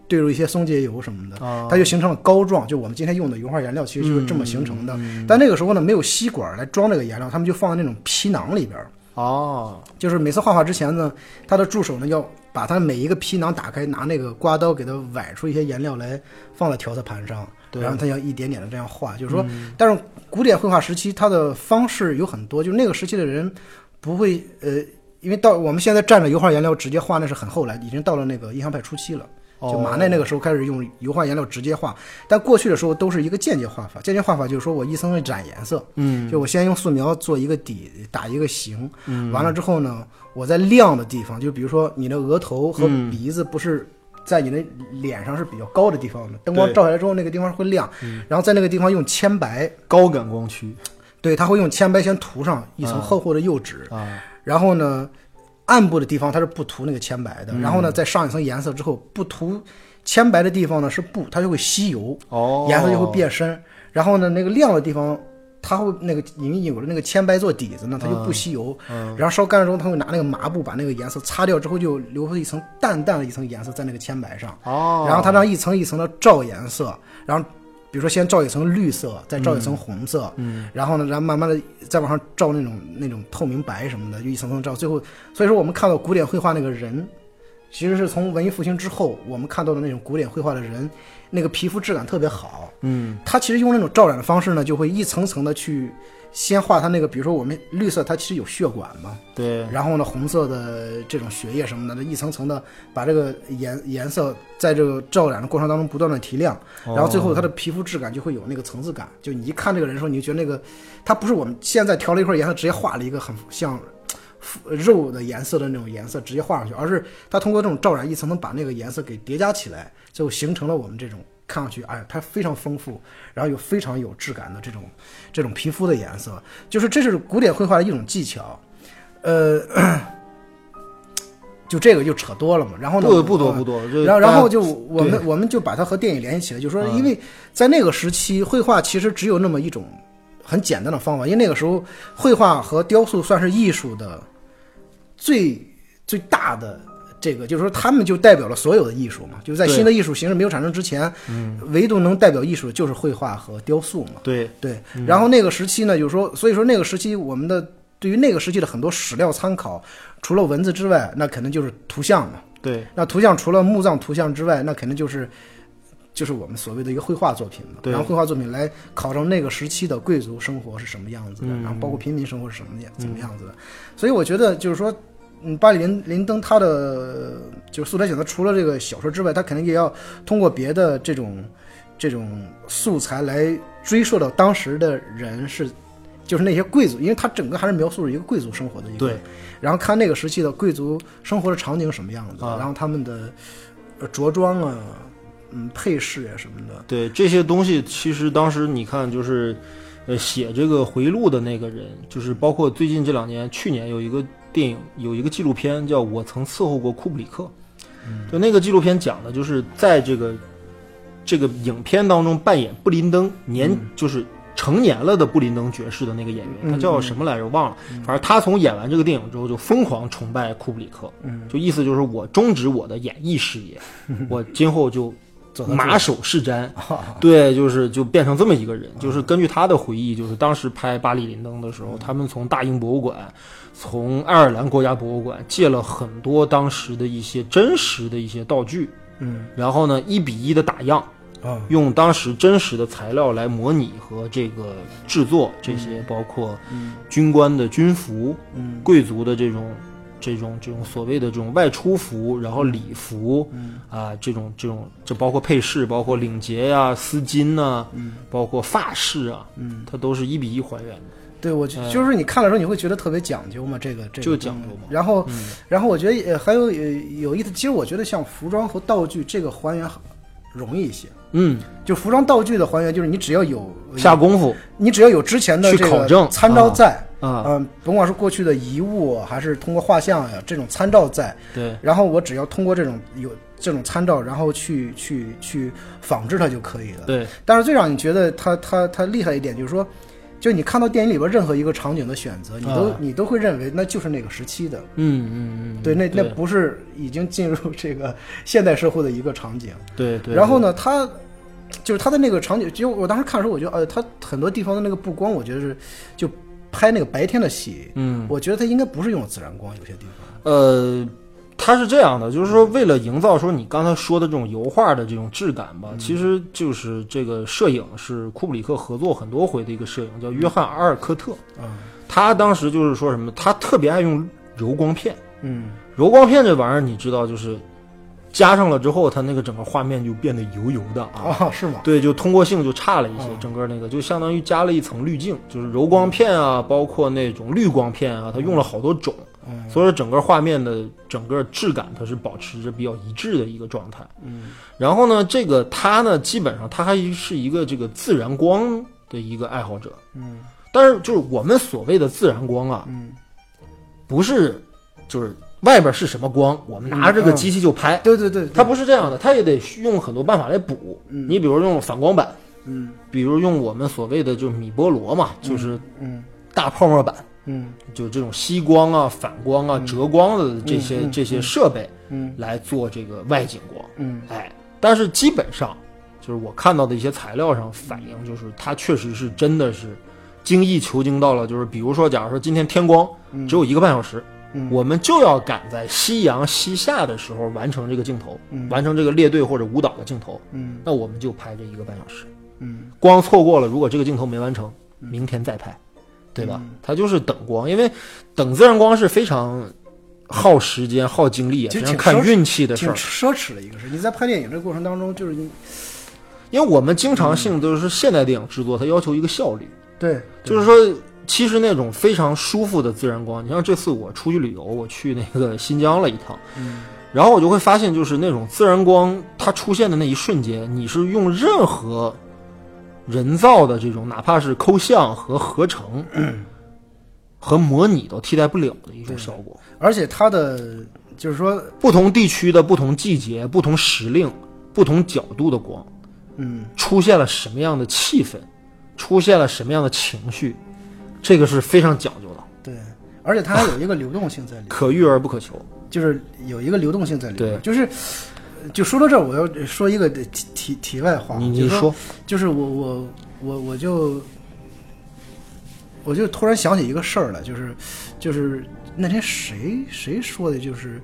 S2: 兑入一些松节油什么的，
S1: 啊
S2: 它就形成了膏状，就我们今天用的油画颜料其实就是这么形成的。但那个时候呢，没有吸管来装这个颜料，他们就放在那种皮囊里边儿。
S1: 哦，
S2: 就是每次画画之前呢，他的助手呢要把他每一个皮囊打开，拿那个刮刀给它崴出一些颜料来，放在调色盘上，
S1: 对嗯
S2: 然后他要一点点的这样画。就是说，但是古典绘画时期，它的方式有很多，就是那个时期的人不会呃，因为到我们现在蘸着油画颜料直接画，那是很后来，已经到了那个印象派初期了。
S1: 哦
S2: 就马奈那个时候开始用油画颜料直接画，但过去的时候都是一个间接画法。间接画法就是说我一层层染颜色，
S1: 嗯，
S2: 就我先用素描做一个底，打一个形，完了之后呢，我在亮的地方，就比如说你的额头和
S1: 嗯
S2: 鼻子不是在你的脸上是比较高的地方的，灯光
S1: 对嗯
S2: 照下来之后那个地方会亮，然后在那个地方用铅白，
S1: 高感光区
S2: 对，他会用铅白先涂上一层
S1: 啊
S2: 厚厚的釉纸，
S1: 啊，
S2: 然后呢，暗部的地方它是不涂那个铅白
S1: 嗯
S2: 的，然后呢再上一层颜色之后，不涂铅白的地方呢是布，它就会吸油，
S1: 哦，
S2: 颜色就会变深。然后呢，那个亮的地方，它会那个因为有了那个铅白做底子呢，它就不吸油。然后烧干了之后，它会拿那个麻布把那个颜色擦掉之后，就留出一层淡淡的一层颜色在那个铅白上。
S1: 哦，
S2: 然后它让一层一层的照颜色，然后比如说先照一层绿色，再照一层红色，嗯，然后呢，然后慢慢的再往上照那种那种透明白什么的，就一层层照，最后，所以说我们看到古典绘画那个人，其实是从文艺复兴之后我们看到的那种古典绘画的人，那个皮肤质感特别好，
S1: 嗯
S2: 他其实用那种照染的方式呢，就会一层层的去先画它那个，比如说我们绿色它其实有血管嘛，
S1: 对，
S2: 然后呢，红色的这种血液什么的，一层层的把这个颜颜色在这个照染的过程当中不断的提亮，然后最后它的皮肤质感就会有那个层次感。就你一看这个人的时候，你就觉得那个他不是我们现在调了一块颜色，直接画了一个很像呃肉的颜色的那种颜色直接画上去，而是它通过这种照染一层层把那个颜色给叠加起来，就形成了我们这种看上去，哎，它非常丰富，然后有非常有质感的这种这种皮肤的颜色，就是这是古典绘画的一种技巧，呃，就这个就扯多了嘛。然后呢，
S1: 不不多
S2: 呃
S1: 不多，这
S2: 然后
S1: 大
S2: 然
S1: 家
S2: 后就我
S1: 对嗯
S2: 们我们就把它和电影联系起来，就说因为在那个时期，绘画其实只有那么一种很简单的方法，因为那个时候绘画和雕塑算是艺术的最最大的。这这个，就是说他们就代表了所有的艺术嘛，就是在
S1: 对嗯
S2: 新的艺术形式没有产生之前，唯独能代表艺术的就是绘画和雕塑嘛。
S1: 对，
S2: 对，然后那个时期呢，就是说，所以说那个时期我们的对于那个时期的很多史料参考，除了文字之外，那肯定就是图像嘛。
S1: 对，
S2: 那图像除了墓葬图像之外，那肯定就是就是我们所谓的一个绘画作品嘛。
S1: 对
S2: 然后绘画作品来考证那个时期的贵族生活是什么样子的，然后包
S1: 嗯
S2: 括平民生活是什么样怎么样子的。所以我觉得就是说，嗯，巴里林林登他的就是素材选择，除了这个小说之外，他肯定也要通过别的这种这种素材来追溯到当时的人是。就是那些贵族，因为他整个还是描述了一个贵族生活的一个
S1: 对，
S2: 然后看那个时期的贵族生活的场景什么样子，
S1: 啊
S2: 然后他们的呃着装啊，嗯，配饰啊什么的，
S1: 对这些东西，其实当时你看，就是，呃，写这个回忆录的那个人，就是包括最近这两年，去年有一个电影，有一个纪录片叫《我曾伺候过库布里克》，就那个纪录片讲的就是在这个这个影片当中扮演布林登年、就是。成年了的布林登爵士的那个演员，他叫什么来着？我忘了。反正他从演完这个电影之后，就疯狂崇拜库布里克，就意思就是我终止我的演艺事 业，我今后就
S2: 走到这
S1: 马首是瞻，
S2: 啊
S1: 对，就是就变成这么一个人。就是根据他的回忆，就是当时拍《巴黎林登》的时候，他们从大英博物馆、从爱尔兰国家博物馆借了很多当时的一些真实的一些道具，
S2: 嗯
S1: 然后呢一比一的打样，
S2: 啊，
S1: 用当时真实的材料来模拟和这个制作这些，包括军官的军服、
S2: 嗯
S1: 贵族的这种。这种这种所谓的这种外出服，然后礼服，
S2: 嗯
S1: 啊，这种这种，这包括配饰，包括领结呀、丝巾呐、
S2: 嗯
S1: 包括发饰啊，
S2: 嗯，
S1: 它都是一比一还原的。
S2: 对我就就是你看了之后你会觉得特别讲究嘛，这个这个
S1: 嗯就讲究嘛嗯
S2: 然后、然后我觉得也还有呃有意思，其实我觉得像服装和道具这个还原很容易一些，
S1: 嗯，
S2: 就服装道具的还原，就是你只要有呃
S1: 下功夫
S2: 你只要有之前的
S1: 去
S2: 这
S1: 考
S2: 个
S1: 证
S2: 参照
S1: 啊
S2: 在。
S1: 啊，
S2: 嗯，甭管是过去的遗物，还是通过画像呀这种参照在，
S1: 对
S2: 然后我只要通过这种有这种参照，然后去去去仿制它就可以了。
S1: 对
S2: 但是最让你觉得它它它厉害一点，就是说，就是你看到电影里边任何一个场景的选择，你都、
S1: 啊
S2: 你都会认为那就是那个时期的，
S1: 嗯嗯嗯，
S2: 对，那那
S1: 对
S2: 不是已经进入这个现代社会的一个场景。
S1: 对对。
S2: 然后
S1: 呢？
S2: 呢，它就是它的那个场景，就我当时看的时候，我觉得呃，它很多地方的那个布光，我觉得是就拍那个白天的戏，
S1: 嗯，
S2: 我觉得它应该不是用自然光，有些地方。
S1: 呃，它是这样的，就是说为了营造说你刚才说的这种油画的这种质感吧，其实就是这个摄影是库布里克合作很多回的一个摄影，叫约翰·阿尔科特。
S2: 嗯
S1: 他当时就是说什么，他特别爱用柔光片。
S2: 嗯
S1: 柔光片这玩意儿，你知道，就是加上了之后，它那个整个画面就变得油油的啊。
S2: 啊，是吗？
S1: 对，就通过性就差了一些
S2: 哦，
S1: 整个那个就相当于加了一层滤镜，就是柔光片啊，包括那种滤光片啊，它用了好多种，
S2: 嗯
S1: 所以说整个画面的整个质感它是保持着比较一致的一个状态。
S2: 嗯
S1: 然后呢，这个他呢，基本上他还是一个这个自然光的一个爱好者，
S2: 嗯
S1: 但是就是我们所谓的自然光啊，
S2: 嗯，
S1: 不是就是外边是什么光，我们拿这
S2: 嗯
S1: 个机器就拍，
S2: 对对对，对
S1: 它不是这样的，它也得用很多办法来补。
S2: 嗯
S1: 你比如用反光板，
S2: 嗯
S1: 比如用我们所谓的就是米波罗嘛，就是
S2: 嗯
S1: 大泡沫板，
S2: 嗯
S1: 就这种吸光啊、反光啊、折光的这些、
S2: 嗯嗯
S1: 这些设备
S2: 嗯
S1: 来做这个外景光。
S2: 嗯
S1: 哎，但是基本上就是我看到的一些材料上反映，就是它确实是真的是精益求精到了，就是比如说，假如说今天天光
S2: 嗯
S1: 只有一个半小时，
S2: 嗯
S1: 我们就要赶在夕阳西下的时候完成这个镜头，
S2: 嗯
S1: 完成这个列队或者舞蹈的镜头，
S2: 嗯
S1: 那我们就拍这一个半小时。
S2: 嗯
S1: 光错过了，如果这个镜头没完成，明天再拍，对吧？
S2: 嗯
S1: 它就是等光，因为等自然光是非常耗时间、耗精力，也啊
S2: 其
S1: 非
S2: 实
S1: 常
S2: 挺
S1: 看
S2: 奢侈
S1: 运气的事
S2: 挺
S1: 儿。
S2: 奢侈的一个事。你在拍电影这个过程当中，就是你
S1: 因为我们经常性都是现代电影制作，它要求一个效率，
S2: 对，
S1: 就是说，其实那种非常舒服的自然光，你像这次我出去旅游，我去那个新疆了一趟，
S2: 嗯
S1: 然后我就会发现，就是那种自然光它出现的那一瞬间，你是用任何人造的这种，哪怕是抠像和合成、和模拟都替代不了的一种效果。
S2: 而且它的就是说，
S1: 不同地区的不同季节、不同时令、不同角度的光，
S2: 嗯，
S1: 出现了什么样的气氛，出现了什么样的情绪，这个是非常讲究的。
S2: 对，而且它还有一个流动性在里面，
S1: 可遇而不可求。
S2: 就是有一个流动性在里
S1: 对
S2: 面。就是就说到这儿，我要说一个题题题外话，
S1: 你
S2: 就
S1: 你
S2: 是
S1: 说，
S2: 就是我我我我就我就突然想起一个事儿来，就是就是那天谁谁说的，就是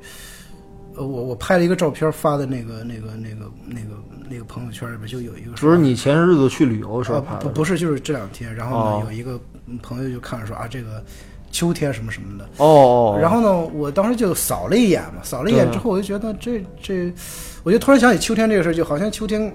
S2: 呃我我拍了一个照片发的那个那个那个那个那个朋友圈里边就有一个
S1: 就是你前些日子去旅游的时候
S2: 啊
S1: 拍
S2: 不
S1: 的。
S2: 不是就是这两天，然后呢、
S1: 哦
S2: 有一个朋友就看着说啊这个秋天什么什么的，
S1: 哦哦，嗯
S2: 然后呢，我当时就扫了一眼嘛，扫了一眼之后，我就觉得这这，我就突然想起秋天这个事儿，就好像秋天，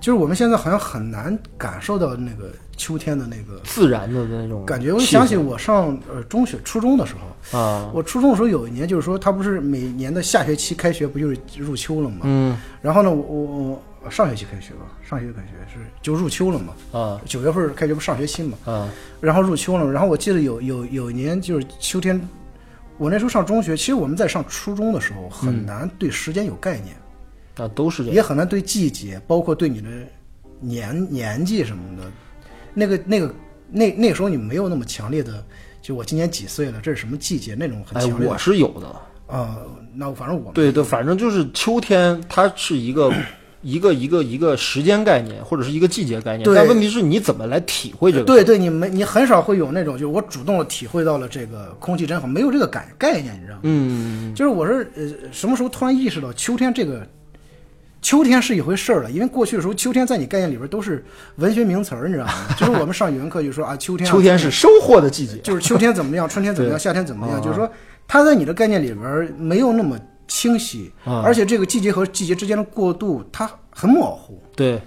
S2: 就是我们现在好像很难感受到那个秋天的那个
S1: 自然的那种
S2: 感觉。我
S1: 气
S2: 想起
S1: 氛
S2: 我上呃中学、初中的时候，
S1: 啊，
S2: 我初中的时候有一年，就是说他不是每年的下学期开学不就是入秋了嘛，
S1: 嗯
S2: 然后呢，我我我上学期开学吧，上学期开学是就入秋了嘛，
S1: 啊
S2: 九月份开学不上学期嘛，
S1: 啊
S2: 然后入秋了，然后我记得有有有一年就是秋天，我那时候上中学，其实我们在上初中的时候很难对时间有概念，
S1: 啊，都是这样。
S2: 也很难对季节，包括对你的年年纪什么的，那个那个那那个时候你没有那么强烈的，就我今年几岁了，这是什么季节那种很
S1: 哎，
S2: 强烈的
S1: 我是有的。
S2: 啊、那我反正我
S1: 对对，反正就是秋天，它是一 个一个一个一个时间概念，或者是一个季节概念。
S2: 对
S1: 但问题是你怎么来体会这个？
S2: 对对，你没你很少会有那种就是我主动的体会到了这个空气真好，没有这个感概念，你知道吗？
S1: 嗯，
S2: 就是我是呃什么时候突然意识到秋天这个，秋天是一回事儿了，因为过去的时候秋天在你概念里边都是文学名词儿，你 知道吗？就是我们上语文课就说啊秋天啊，
S1: 秋天是收获的季节。
S2: 就是秋天怎么样，春天怎么样，
S1: 对
S2: 夏天怎么样，就是说它在你的概念里边没有那么清晰，
S1: 啊
S2: 而且这个季节和季节之间的过渡它很模糊。
S1: 对，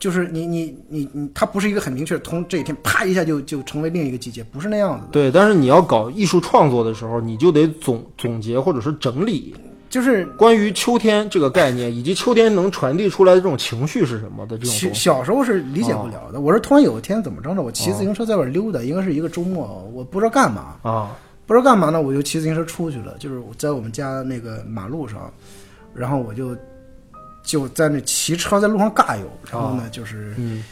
S2: 就是你你你你，它不是一个很明确的，从这一天啪一下就就成为另一个季节，不是那样子的。
S1: 对，但是你要搞艺术创作的时候，你就得总总结或者是整理
S2: 就是
S1: 关于秋天这个概念，以及秋天能传递出来的这种情绪是什么的这种
S2: 小
S1: 东西。啊
S2: 小时候是理解不了的。我是突然有一天怎么着呢？我骑自行车在外溜达，应该是一个周末，我不知道干嘛，
S1: 啊，
S2: 不知道干嘛呢，我就骑自行车出去了，就是我在我们家那个马路上，然后我就就在那骑车在路上尬游，然后呢就是
S1: 嗯，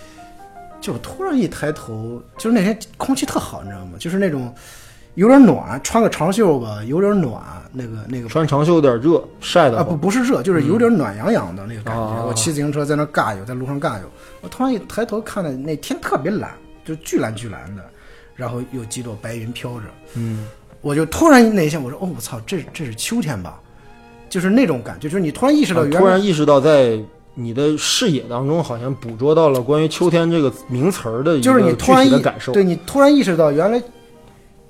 S2: 就突然一抬头，就是那天空气特好，你知道吗？就是那种有点暖，穿个长袖吧，有点暖，那个那个
S1: 穿长袖有点热，晒的嗯
S2: 啊，不不是热，就是有点暖洋洋的那个感觉。
S1: 啊
S2: 我骑自行车在那尬游，在路上尬游，我突然一抬头看见那天特别蓝，就巨蓝巨蓝的，然后有几朵白云飘着，
S1: 嗯，
S2: 我就突然那一下，我说哦，我操，这这是秋天吧？就是那种感觉，就是你突然意识到
S1: 啊
S2: 原来、
S1: 突然意识到在。你的视野当中好像捕捉到了关于秋天这个名词儿的一
S2: 就是
S1: 个
S2: 你
S1: 具
S2: 突然
S1: 体
S2: 意
S1: 的感受，
S2: 对你突然意识到原来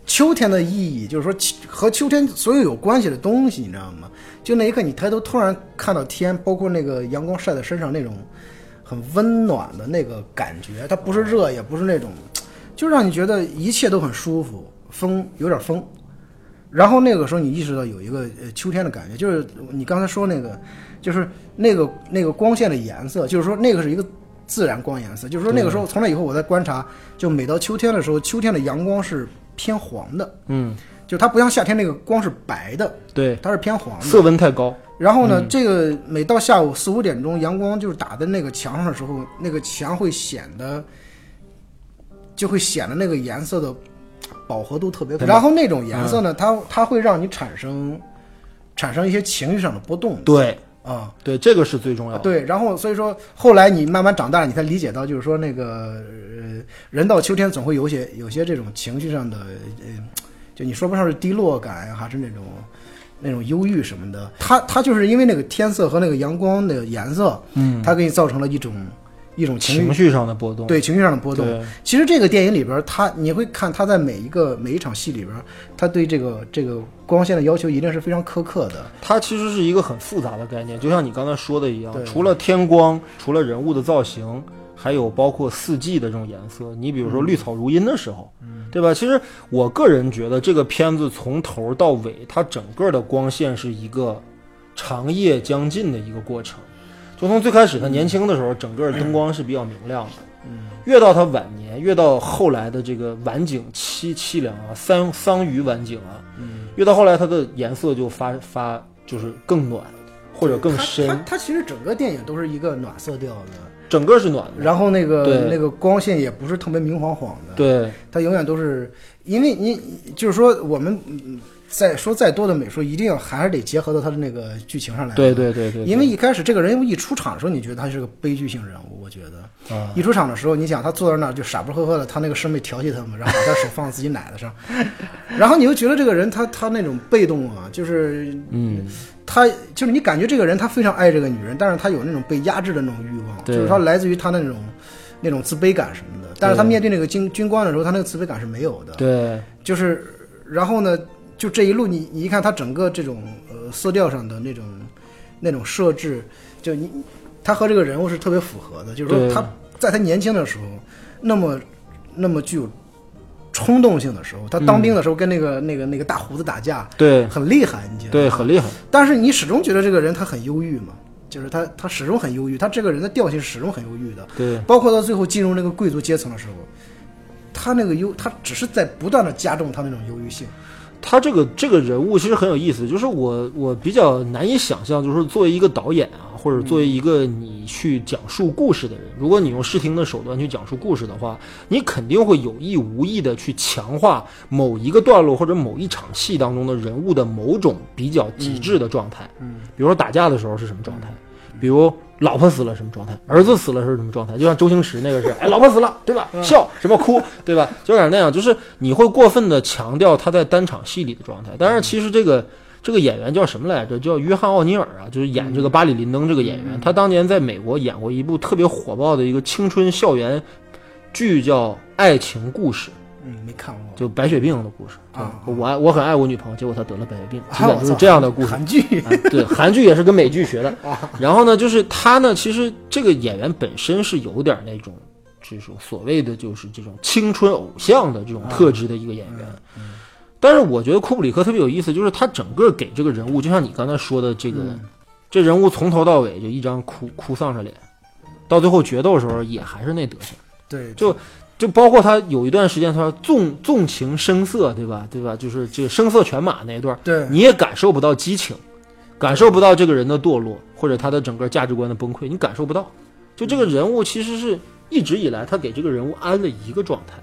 S2: 秋天的意义，就是说秋和秋天所有有关系的东西，你知道吗？就那一刻，你抬头突然看到天，包括那个阳光晒在身上那种很温暖的那个感觉，它不是热，也不是那种，就让你觉得一切都很舒服，风有点风。然后那个时候你意识到有一个呃秋天的感觉，就是你刚才说那个，就是那个那个光线的颜色，就是说那个是一个自然光颜色，就是说那个时候从那以后我在观察，就每到秋天的时候，秋天的阳光是偏黄的，
S1: 嗯，
S2: 就它不像夏天那个光是白的，
S1: 对，
S2: 它是偏黄的。
S1: 色温太高，
S2: 然后呢，
S1: 嗯
S2: 这个每到下午四五点钟，阳光就是打在那个墙上的时候，那个墙会显得就会显得那个颜色的饱和度特别高。
S1: 对吧嗯
S2: 然后那种颜色呢，它它会让你产生产生一些情绪上的波动
S1: 对
S2: 啊、
S1: 对，这个是最重要的。
S2: 对。然后所以说，后来你慢慢长大了，你才理解到，就是说那个呃，人到秋天总会有些有些这种情绪上的呃，就你说不上是低落感啊呀，还是那种那种忧郁什么的。它它就是因为那个天色和那个阳光的颜色，
S1: 嗯，
S2: 它给你造成了一种一种情绪
S1: 情绪上的波动，
S2: 对情绪上的波动。
S1: 对
S2: 其实这个电影里边儿，他你会看他在每一个每一场戏里边儿，他对这个这个光线的要求一定是非常苛刻的。
S1: 它其实是一个很复杂的概念，就像你刚才说的一样
S2: 对，
S1: 除了天光，除了人物的造型，还有包括四季的这种颜色。你比如说绿草如茵的时候，对吧？其实我个人觉得这个片子从头到尾，它整个的光线是一个长夜将近的一个过程。就从最开始他年轻的时候，整个灯光是比较明亮的。越到他晚年，越到后来的这个晚景凄凄凉啊，桑桑榆晚景啊，越到后来它的颜色就发发就是更暖或者更
S2: 它它
S1: 深，
S2: 它其实整个电影都是一个暖色调的，
S1: 整个是暖的。
S2: 然后那个
S1: 对
S2: 那个光线也不是特别明晃晃的，
S1: 对，
S2: 它永远都是因为你就是说我们嗯再说再多的美术，一定要还是得结合到它的那个剧情上来。
S1: 对对对对，
S2: 因为一开始这个人物一出场的时候，你觉得他是个悲剧性人物，我觉
S1: 啊
S2: 得，一出场的时候，你想他坐在那儿就傻不呵呵的，他那个师妹调戏他嘛，然后把他手放在自己奶子上， 然后你又觉得这个人他他那种被动啊，就是
S1: 嗯，
S2: 他就是你感觉这个人他非常爱这个女人，但是他有那种被压制的那种欲望，就
S1: 对
S2: 是他来自于他那种那种自卑感什么的，但是他面对那个军军官的时候，他那个自卑感是没有的，
S1: 对
S2: 就是，然后呢，就这一路你你一看它整个这种呃色调上的那种那种设置，就你它和这个人物是特别符合的，就是说
S1: 对
S2: 他在他年轻的时候，那么那么具有冲动性的时候，他当兵的时候跟那个、那个那个大胡子打架
S1: 对
S2: 很厉害，你觉得？
S1: 对，很厉害。
S2: 但是你始终觉得这个人他很忧郁嘛，就是他他始终很忧郁，他这个人的调性是始终很忧郁的，
S1: 对
S2: 包括到最后进入那个贵族阶层的时候，他那个忧，他只是在不断的加重他那种忧郁性。
S1: 他这个这个人物其实很有意思，就是我我比较难以想象，就是作为一个导演啊，或者作为一个你去讲述故事的人，如果你用视听的手段去讲述故事的话，你肯定会有意无意的去强化某一个段落或者某一场戏当中的人物的某种比较极致的状态。
S2: 嗯，
S1: 比如说打架的时候是什么状态，比如老婆死了什么状态，儿子死了是什么状态，就像周星驰那个是，哎，老婆死了， 对吧？
S2: 嗯
S1: 笑什么哭，对吧？就有点那样，就是你会过分的强调他在单场戏里的状态，但是其实这个。这个演员叫什么来着？叫约翰·奥尼尔啊，就是演这个巴里·林登这个演
S2: 嗯
S1: 员。他当年在美国演过一部特别火爆的一个青春校园剧，叫《爱情故事》。
S2: 嗯，没看过。
S1: 就白血病的故事
S2: 啊
S1: 我爱我很爱我女朋友，结果她得了白血病，基
S2: 啊
S1: 本
S2: 我
S1: 就是
S2: 操
S1: 这样的故事。
S2: 韩剧，
S1: 啊对，韩剧也是跟美剧学的。然后呢，就是他呢，其实这个演员本身是有点那种这种所谓的就是这种青春偶像的这种特质的一个演员。但是我觉得库布里克特别有意思，就是他整个给这个人物，就像你刚才说的这个，这人物从头到尾就一张哭哭丧着脸，到最后决斗的时候也还是那德行。
S2: 对，
S1: 就就包括他有一段时间，他纵纵情声色，对吧？对吧？就是这个声色犬马那一段，
S2: 对
S1: 你也感受不到激情，感受不到这个人的堕落或者他的整个价值观的崩溃，你感受不到。就这个人物其实是一直以来他给这个人物安了一个状态，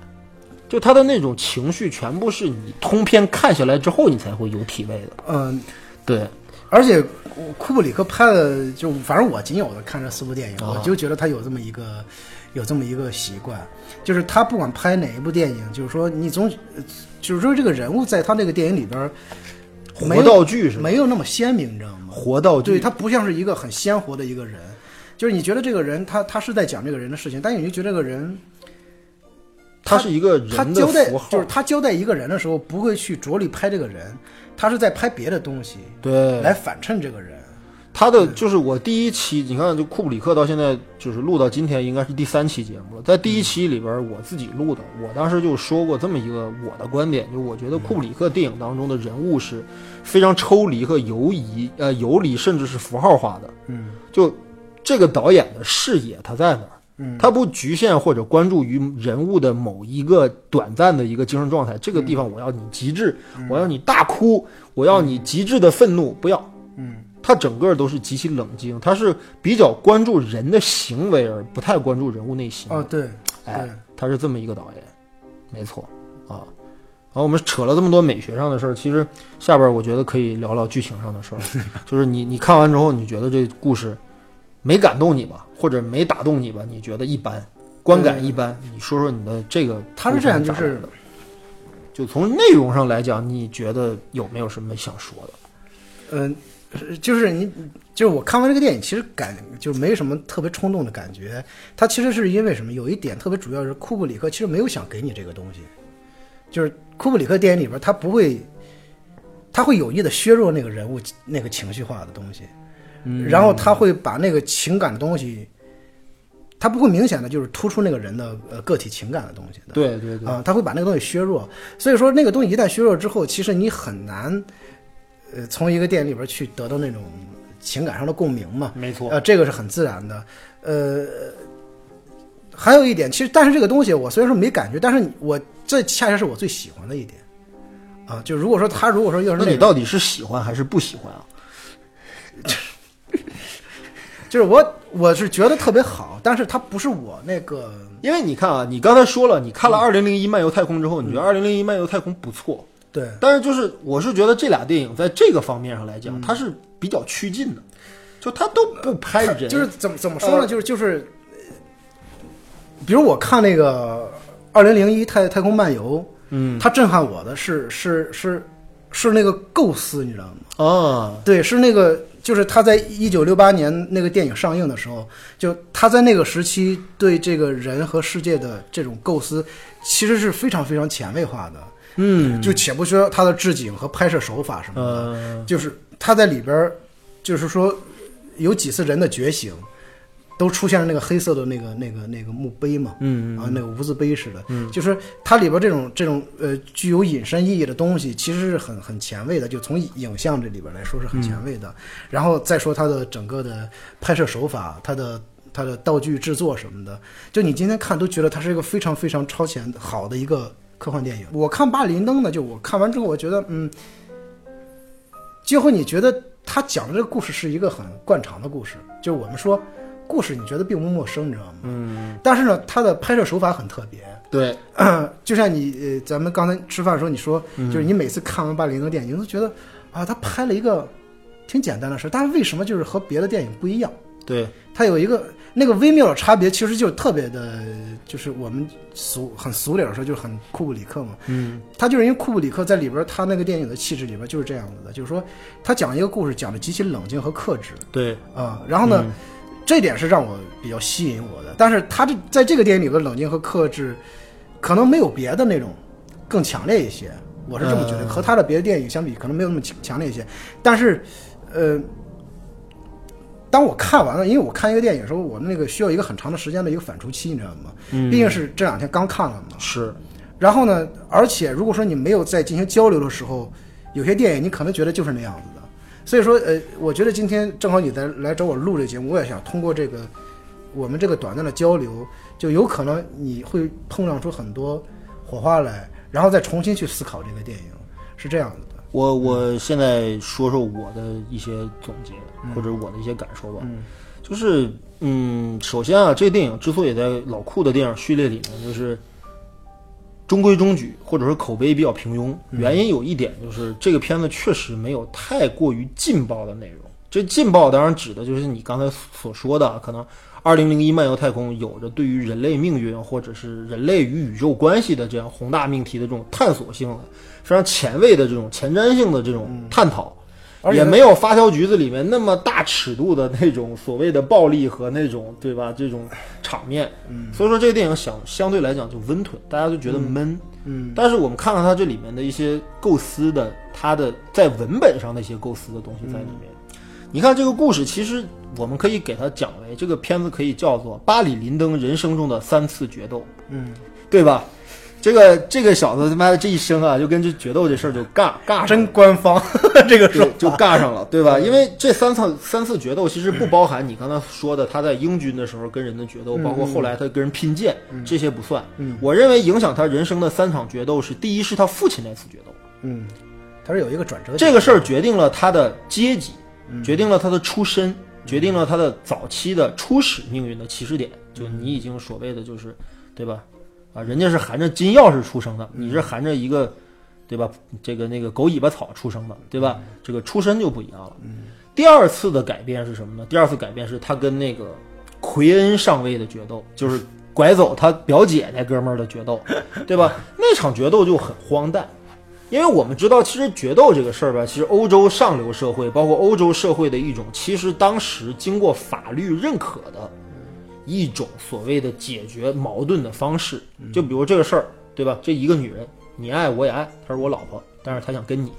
S1: 就他的那种情绪全部是你通篇看下来之后你才会有体味的。
S2: 嗯，
S1: 对，
S2: 而且库库布里克拍的，就反正我仅有的看这四部电影，
S1: 啊
S2: 我就觉得他有这么一个有这么一个习惯，就是他不管拍哪一部电影，就是说你总就是说这个人物在他那个电影里边儿没
S1: 活
S2: 有
S1: 道具是吧？
S2: 没有那么鲜明，你知道吗？
S1: 活道具
S2: 对，他不像是一个很鲜活的一个人，就是你觉得这个人他他是在讲这个人的事情，但是你就觉得这个人
S1: 他是一个
S2: 他
S1: 人的
S2: 交代
S1: 符号，
S2: 就是他交代一个人的时候不会去着力拍这个人，他是在拍别的东西
S1: 对
S2: 来反衬这个人。
S1: 他的嗯就是我第一期，你看，就库布里克到现在就是录到今天，应该是第三期节目了。在第一期里边，我自己录的，我当时就说过这么一个我的观点，就是我觉得库布里克电影当中的人物是非常抽离和游移，呃，游离甚至是符号化的。
S2: 嗯
S1: 就这个导演的视野，他在哪儿？
S2: 嗯
S1: 他不局限或者关注于人物的某一个短暂的一个精神状态，这个地方我要你极致，我要你大哭，我要你极致的愤怒，不要。
S2: 嗯，
S1: 他整个都是极其冷静，他是比较关注人的行为，而不太关注人物内心。
S2: 哦对，
S1: 哎
S2: 对，
S1: 他是这么一个导演，没错啊。然后我们扯了这么多美学上的事儿，其实下边我觉得可以聊聊剧情上的事儿， 就是你你看完之后，你觉得这故事没感动你吧，或者没打动你吧？你觉得一般，观感一般，你说说你的这个
S2: 嗯他是这样，
S1: 部
S2: 就
S1: 分咋
S2: 是
S1: 样的就从内容上来讲，你觉得有没有什么想说的？
S2: 嗯、呃就是你就是我看完这个电影，其实感就没什么特别冲动的感觉。他其实是因为什么？有一点特别主要是库布里克其实没有想给你这个东西，就是库布里克电影里边他不会，他会有意的削弱那个人物那个情绪化的东西，
S1: 嗯
S2: 嗯然后他会把那个情感的东西。他不会明显的就是突出那个人的呃个体情感的东西的，
S1: 对对对，
S2: 啊、他会把那个东西削弱。所以说，那个东西一旦削弱之后，其实你很难，呃，从一个电影里边去得到那种情感上的共鸣嘛。
S1: 没错
S2: 呃，这个是很自然的。呃，还有一点，其实但是这个东西我虽然说没感觉，但是我这恰恰是我最喜欢的一点。啊、就如果说他如果说要是
S1: 那
S2: 那
S1: 你
S2: 种，
S1: 到底是喜欢还是不喜欢啊？
S2: 就是我我是觉得特别好，但是它不是我那个
S1: 因为你看啊，你刚才说了，你
S2: 嗯
S1: 看了《二零零一漫游太空》之后，你觉得《二零零一漫游太空》不错，
S2: 对
S1: 但是就是我是觉得这俩电影在这个方面上来讲，
S2: 嗯
S1: 它是比较趋近的，就它都不拍人，
S2: 就是怎么怎么说呢？就是就是，呃比如我看那个《二零零一太太空漫游》，
S1: 嗯
S2: 它震撼我的是是是是那个构思，你知道吗？
S1: 啊，
S2: 对，是那个，就是他在一九六八年那个电影上映的时候，就他在那个时期对这个人和世界的这种构思，其实是非常非常前卫化的。
S1: 嗯，
S2: 就且不说他的置景和拍摄手法什么的，
S1: 呃，
S2: 就是他在里边儿，就是说有几次人的觉醒，都出现了那个黑色的那个那个那个墓碑嘛，
S1: 嗯
S2: 啊，那个无字碑似的，就是它里边这种这种呃具有隐身意义的东西，其实是很很前卫的，就从影像这里边来说是很
S1: 嗯
S2: 前卫的。然后再说它的整个的拍摄手法，它的它的道具制作什么的，就你今天看都觉得它是一个非常非常超前的好的一个科幻电影。我看《巴里林登》呢，就我看完之后，我觉得嗯，最后你觉得他讲的这个故事是一个很惯常的故事，就是我们说故事，你觉得并不陌生，你知道吗？嗯。但是呢，他的拍摄手法很特别，
S1: 对，
S2: 就像你呃，咱们刚才吃饭的时候你说，就是你每次看完《巴里林的电影，你都觉得啊，他拍了一个挺简单的事儿，但是为什么就是和别的电影不一样？
S1: 对，
S2: 它有一个那个微妙的差别，其实就是特别的，就是我们俗很俗点儿说，就是很库布里克嘛。
S1: 嗯，
S2: 他就是因为库布里克在里边儿，他那个电影的气质里边儿就是这样子的，就是说他讲一个故事讲的极其冷静和克制
S1: 对，
S2: 啊、然后呢，这点是让我比较吸引我的。但是他这在这个电影里边儿冷静和克制，可能没有别的那种更强烈一些，我是这么觉得。
S1: 嗯
S2: 和他的别的电影相比，可能没有那么强强烈一些，但是，呃。当我看完了，因为我看一个电影的时候，我那个需要一个很长的时间的一个反刍期，你知道吗？毕竟是这两天刚看了嘛，
S1: 嗯是，
S2: 然后呢，而且如果说你没有在进行交流的时候，有些电影你可能觉得就是那样子的。所以说，呃，我觉得今天正好你来来找我录这节目，我也想通过这个我们这个短暂的交流，就有可能你会碰撞出很多火花来，然后再重新去思考这个电影，是这样子的。
S1: 我我现在说说我的一些总结、
S2: 嗯
S1: 或者我的一些感受吧，就是嗯，首先啊，这个电影之所以在老库的电影序列里面，就是中规中矩，或者说口碑比较平庸，原因有一点就是这个片子确实没有太过于劲爆的内容。这劲爆当然指的就是你刚才所说的，啊可能《二零零一漫游太空》有着对于人类命运或者是人类与宇宙关系的这样宏大命题的这种探索性的、非常前卫的这种前瞻性的这种探讨，
S2: 而且
S1: 也没有《发条橘子》里面那么大尺度的那种所谓的暴力和那种对吧这种场面。所以说这个电影想相对来讲就温吞，大家就觉得闷。
S2: 嗯嗯，
S1: 但是我们看看它这里面的一些构思的，它的在文本上的一些构思的东西在里面。
S2: 嗯
S1: 你看这个故事，其实我们可以给它讲为这个片子可以叫做巴里林登人生中的三次决斗，
S2: 嗯，
S1: 对吧？这个这个小子他妈的这一生啊，就跟这决斗这事儿就尬尬上了
S2: 真官方 这个说嗯
S1: 对，就尬上了，对吧？因为这三次三次决斗其实不包含你刚才说的他在英军的时候跟人的决斗，
S2: 嗯
S1: 包括后来他跟人拼剑，这些不算。我认为影响他人生的三场决斗是：第一是他父亲那次决斗，
S2: 嗯，它是有一个转折点。
S1: 这个事儿决定了他的阶级，决定了他的出身，决定了他的早期的初始命运的起始点。就你已经所谓的就是，对吧？啊，人家是含着金钥匙出生的，你是含着一个，对吧？这个那个狗尾巴草出生的，对吧？这个出身就不一样了。第二次的改变是什么呢？第二次改变是他跟那个奎恩上尉的决斗，就是拐走他表姐那哥们儿的决斗，对吧？那场决斗就很荒诞，因为我们知道，其实决斗这个事儿吧，其实欧洲上流社会，包括欧洲社会的一种，其实当时经过法律认可的一种所谓的解决矛盾的方式。就比如这个事儿，对吧？这一个女人，你爱我也爱，她是我老婆，但是她想跟你，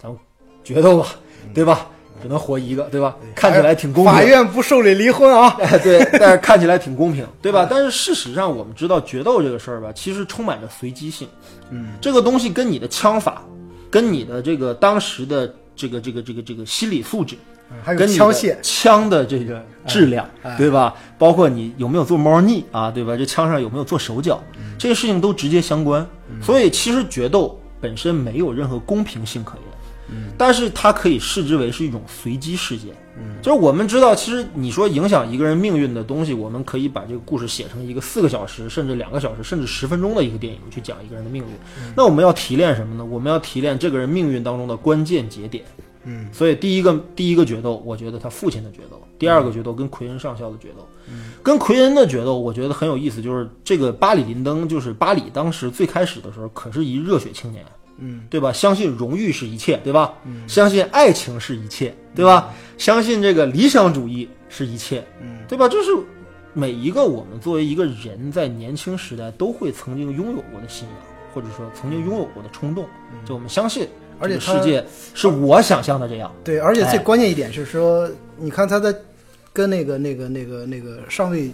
S1: 咱们决斗吧，对吧？只能活一个，对吧？看起来挺公平。
S2: 法院不受理离婚啊。
S1: 哎， 对，但是看起来挺公平， 嗯对吧？但是事实上，我们知道决斗这个事儿吧，其实充满着随机性。嗯，这个东西跟你的枪法，跟你的这个当时的这个这个这个这个心理素质，
S2: 还有
S1: 跟你
S2: 枪
S1: 的
S2: 械，哎
S1: 枪的这个质量，对吧？包括你有没有做猫腻啊，对吧？这枪上有没有做手脚，
S2: 嗯
S1: 这些事情都直接相关。所以其实决斗本
S2: 嗯
S1: 身没有任何公平性可言，但是它可以视之为是一种随机事件。嗯，就是我们知道，其实你说影响一个人命运的东西，我们可以把这个故事写成一个四个小时，甚至两个小时，甚至十分钟的一个电影去讲一个人的命运。
S2: 嗯
S1: 那我们要提炼什么呢？我们要提炼这个人命运当中的关键节点。
S2: 嗯，
S1: 所以第一个第一个决斗，我觉得他父亲的决斗；第二个决斗跟奎恩上校的决斗，
S2: 嗯
S1: 跟奎恩的决斗，我觉得很有意思，就是这个巴里林登，就是巴里当时最开始的时候，可是一热血青年。
S2: 嗯，
S1: 对吧？相信荣誉是一切，对吧？相信爱情是一切，对吧？相信这个理想主义是一切，
S2: 嗯，
S1: 对吧？这是每一个我们作为一个人在年轻时代都会曾经拥有过的信仰，或者说曾经拥有过的冲动。就我们相信，
S2: 嗯而且
S1: 世
S2: 他
S1: 界是我想象的这样。
S2: 对，而且
S1: 哎
S2: 最关键一点是说，你看他在跟那个那个那个那个上尉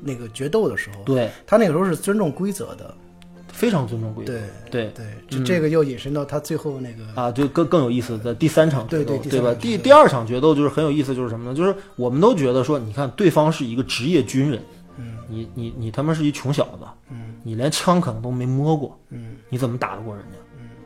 S2: 那个决斗的时候，
S1: 对，
S2: 他那个时候是尊重规则的，
S1: 非常尊重规则。
S2: 对
S1: 对嗯
S2: 对，这这个又引申到他最后那个，
S1: 啊，就更更有意思的第三场决斗，
S2: 对对第三
S1: 吧？
S2: 场决
S1: 第
S2: 斗
S1: 第二场决斗就是很有意思，就是什么呢？就是我们都觉得说，你看对方是一个职业军人，
S2: 嗯，
S1: 你你你他妈是一穷小子，
S2: 嗯，
S1: 你连枪可能都没摸过，
S2: 嗯，
S1: 你怎么打得过人家？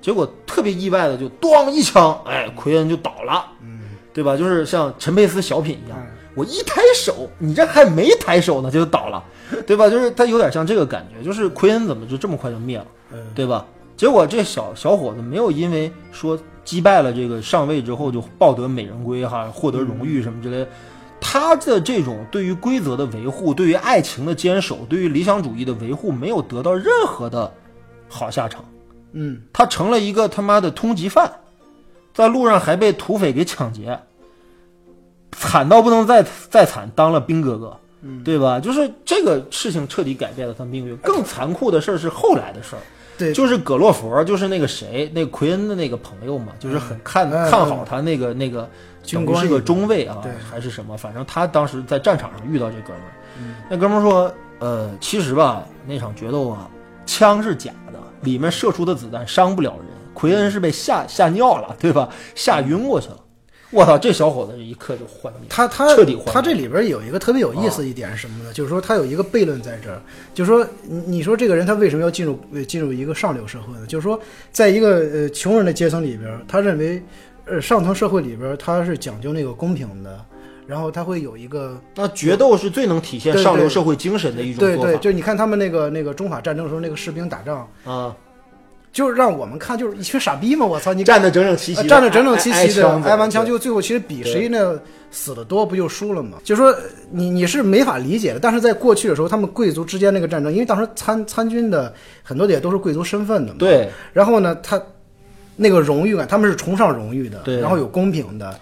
S1: 结果特别意外的就咣一枪，哎，奎恩就倒了，
S2: 嗯，
S1: 对吧？就是像陈佩斯小品一样
S2: 嗯，
S1: 我一抬手，你这还没抬手呢，就倒 了，对吧？就是他有点像这个感觉，就是奎恩怎么就这么快就灭了？
S2: 嗯，
S1: 对吧？结果这小小伙子没有因为说击败了这个上尉之后就抱得美人归哈，获得荣
S2: 嗯
S1: 誉什么之类的。他的这种对于规则的维护、对于爱情的坚守、对于理想主义的维护，没有得到任何的好下场。
S2: 嗯，
S1: 他成了一个他妈的通缉犯，在路上还被土匪给抢劫，惨到不能再再惨，当了兵哥哥，对吧？就是这个事情彻底改变了他命运。更残酷的事儿是后来的事儿，
S2: 对，
S1: 就是葛洛佛，就是那个谁，那奎恩的那个朋友嘛，就是很看、
S2: 嗯嗯
S1: 看好他那个那个，
S2: 军
S1: 等于是
S2: 官
S1: 个中尉啊
S2: 对，
S1: 还是什么，反正他当时在战场上遇到这哥们儿，
S2: 嗯
S1: 那哥们儿说，呃，其实吧，那场决斗啊，枪是假的，里面射出的子弹伤不了人，奎恩是被吓吓尿了，对吧？吓晕过去了。我操，这小伙子这一刻就幻灭。
S2: 他他
S1: 彻底换
S2: 他这里边有一个特别有意思一点是什么呢？就是说他有一个悖论在这儿，就是说你你说这个人他为什么要进入呃进入一个上流社会呢？就是说，在一个呃穷人的阶层里边，他认为呃上层社会里边他是讲究那个公平的，然后他会有一个
S1: 那决斗是最能体现
S2: 对
S1: 上流
S2: 对
S1: 社会精神的一种
S2: 对
S1: 做法
S2: 对，就是你看他们那个那个中法战争的时候那个士兵打仗，
S1: 啊，
S2: 就是让我们看就是一群傻逼嘛！我操，你
S1: 站得整整齐齐
S2: 呃
S1: 的，哎
S2: 站得整整齐齐的，挨
S1: 挨
S2: 完枪
S1: 就。
S2: 就最后其实比谁呢死的多，不就输了吗？就说呃你你是没法理解的，但是在过去的时候，他们贵族之间那个战争，因为当时参参军的很多的也都是贵族身份的嘛，。
S1: 对，
S2: 然后呢，他那个荣誉感，他们是崇尚荣誉的，
S1: 对
S2: 然后有公平的，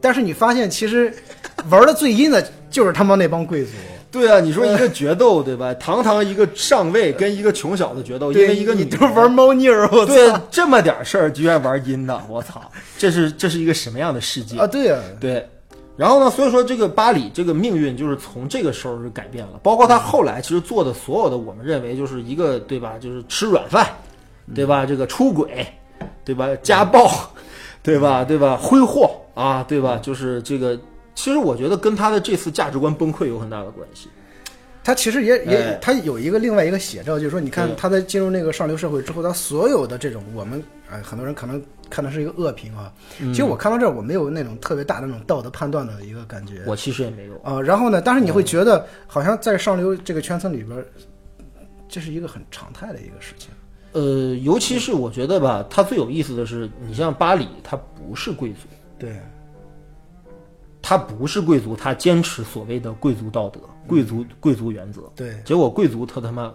S2: 但是你发现其实 玩的最阴的就是他妈那帮贵族，
S1: 对啊，你说一个决斗，对 吧？堂堂一个上尉跟一个穷小子决斗，因
S2: 对
S1: 为一个
S2: 你
S1: 女
S2: 都玩猫腻儿，我操
S1: 对这么点事儿居然玩阴的，我操！这是这是一个什么样的世界
S2: 啊，？对呀、
S1: 对。然后呢，所以说这个巴里这个命运就是从这个时候就改变了，包括他后来其实做的所有的，我们认为就是一个对吧，就是吃软饭，对
S2: 嗯
S1: 吧？这个出轨，对吧？家暴，对吧？对吧？挥霍啊，对吧？就是这个，其实我觉得跟他的这次价值观崩溃有很大的关系。
S2: 他其实也也
S1: 哎，
S2: 他有一个另外一个写照，就是说，你看
S1: 对
S2: 他在进入那个上流社会之后，他所有的这种我们啊、很多人可能看的是一个恶评啊。其实我看到这儿，我没有那种特别大的那种道德判断的一个感觉
S1: 我其实也没有，
S2: 啊、然后呢，但是你会觉得好像在上流这个圈层里边儿，这是一个很常态的一个事情。
S1: 呃，尤其是我觉得吧，他最有意思的是，你像巴里，他不是贵族，
S2: 对，
S1: 他不是贵族，他坚持所谓的贵族道德、贵族贵族原则，
S2: 对，
S1: 结果贵族他他妈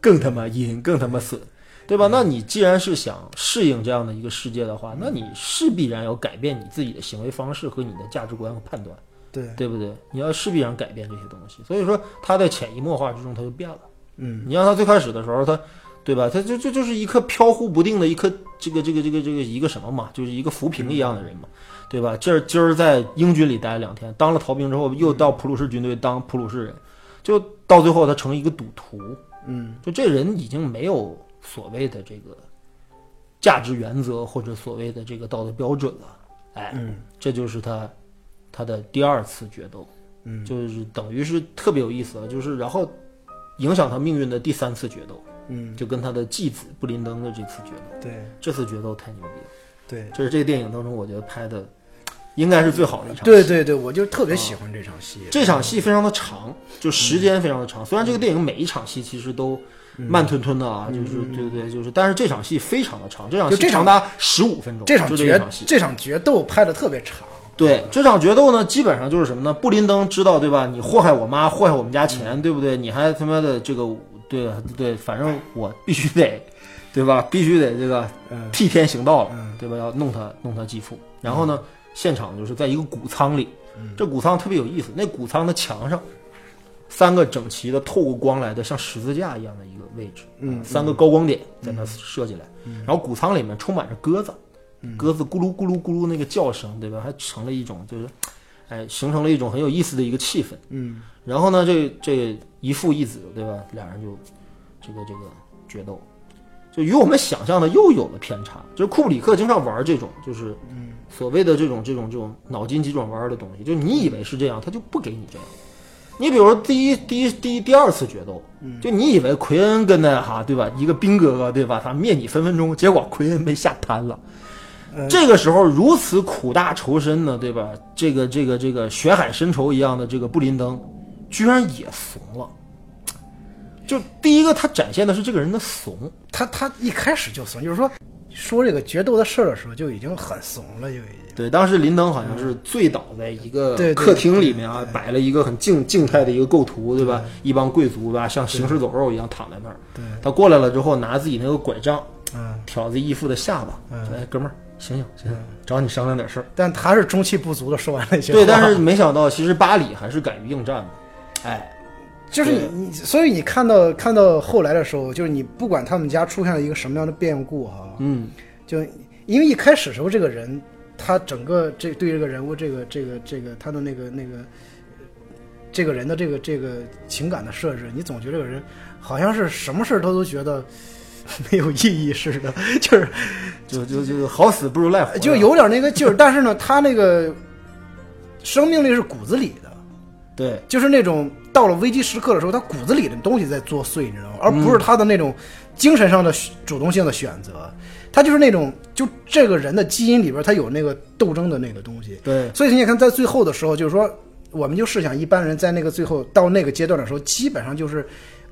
S1: 更他妈阴，更他妈损，对吧？那你既然是想适应这样的一个世界的话，那你势必然要改变你自己的行为方式和你的价值观和判断，
S2: 对，
S1: 对不对？你要势必然改变这些东西，所以说他在潜移默化之中他就变了。
S2: 嗯，
S1: 你让他最开始的时候，他，对吧？他就就就是一颗飘忽不定的一颗这个这个这个这个一个什么嘛，就是一个浮萍一样的人嘛，对吧？这儿今儿在英军里待了两天，当了逃兵之后，又到普鲁士军队当普鲁士人，就到最后他成一个赌徒，
S2: 嗯，
S1: 就这人已经没有所谓的这个价值原则或者所谓的这个道德标准了，哎，
S2: 嗯
S1: 这就是他他的第二次决斗，
S2: 嗯
S1: 就是等于是特别有意思啊，就是然后影响他命运的第三次决斗，
S2: 嗯，
S1: 就跟他的继子布林登的这次决斗，
S2: 对，
S1: 这次决斗太牛逼了，
S2: 对，
S1: 这是这个电影当中我觉得拍的应该是最好的一场戏。
S2: 对对对，我就特别喜欢这场戏。
S1: 这场戏非常的长，就时间非常的长。虽然这个电影每一场戏其实都慢吞吞的啊，就是对对对，就是，但是这场戏非常的长，这场
S2: 嗯就
S1: 戏
S2: 这场
S1: 长达十五分钟，
S2: 这
S1: 就
S2: 场
S1: 这
S2: 决
S1: 一场戏。
S2: 这场决斗拍的特别长，
S1: 对这场决斗呢，基本上就是什么呢？布林登知道对吧？你祸害我妈，祸害我们家
S2: 嗯
S1: 钱，对不对？你还他妈的这个，对对，反正我必须得，对吧？必须得这个
S2: 嗯
S1: 替天行道了
S2: 嗯，
S1: 对吧？要弄他弄他继父。然后呢，现场就是在一个谷仓里，
S2: 嗯
S1: 这谷仓特别有意思。那谷仓的墙上，三个整齐的透过光来的像十字架一样的一个位置，
S2: 嗯
S1: 三个高光点在那射进来。然后谷仓里面充满着鸽子，
S2: 嗯
S1: 鸽子咕噜咕噜咕噜那个叫声，对吧？还成了一种就是，哎，形成了一种很有意思的一个气氛。
S2: 嗯，
S1: 然后呢，这这一父一子，对吧？俩人就这个这个决斗，就与我们想象的又有了偏差。就是库布里克经常玩这种，就是所谓的这种这种这种脑筋急转弯的东西，就是你以为是这样，他就不给你这样。你比如说第一第一第一第二次决斗，就你以为奎恩跟那哈对吧，一个兵哥哥对吧，他灭你分分钟，结果奎恩被吓瘫了。
S2: 嗯
S1: 这个时候如此苦大仇深呢，对吧？这个这个这个血海深仇一样的这个布林登，居然也怂了。就第一个，他展现的是这个人的怂，
S2: 他他一开始就怂，就是说说这个决斗的事儿的时候就已经很怂了，就已经。
S1: 对，当时林登好像是醉倒在一个
S2: 对对
S1: 客厅里面啊，摆了一个很静静态的一个构图，对吧？一帮贵族吧，像行尸走肉一样躺在那儿。
S2: 对
S1: 他过来了之后，拿自己那个拐杖
S2: 嗯，
S1: 挑自己义父的下巴，说：“哎，哥们儿，醒醒醒醒，找你商量点事儿。
S2: 但他是中气不足的说完那些话。
S1: 对，但是没想到，其实巴里还是敢于应战的。哎，
S2: 就是你你，所以你看到看到后来的时候，就是你不管他们家出现了一个什么样的变故哈、
S1: 嗯，
S2: 就因为一开始时候这个人，他整个这对这个人物这个这个这个他的那个那个这个人的这个这个情感的设置，你总觉得这个人好像是什么事儿他都觉得 没有意义似的， 就是
S1: 就就就好死不如赖活着，
S2: 就有点那个劲儿，但是呢，他那个生命力是骨子里的，
S1: 对。
S2: 就是那种到了危机时刻的时候，他骨子里的东西在作祟，你知道吗？而不是他的那种精神上的选主动性的选择，他就是那种就这个人的基因里边他有那个斗争的那个东西。
S1: 对，
S2: 所以你看，在最后的时候，就是说，我们就试想，一般人在那个最后到那个阶段的时候，基本上就是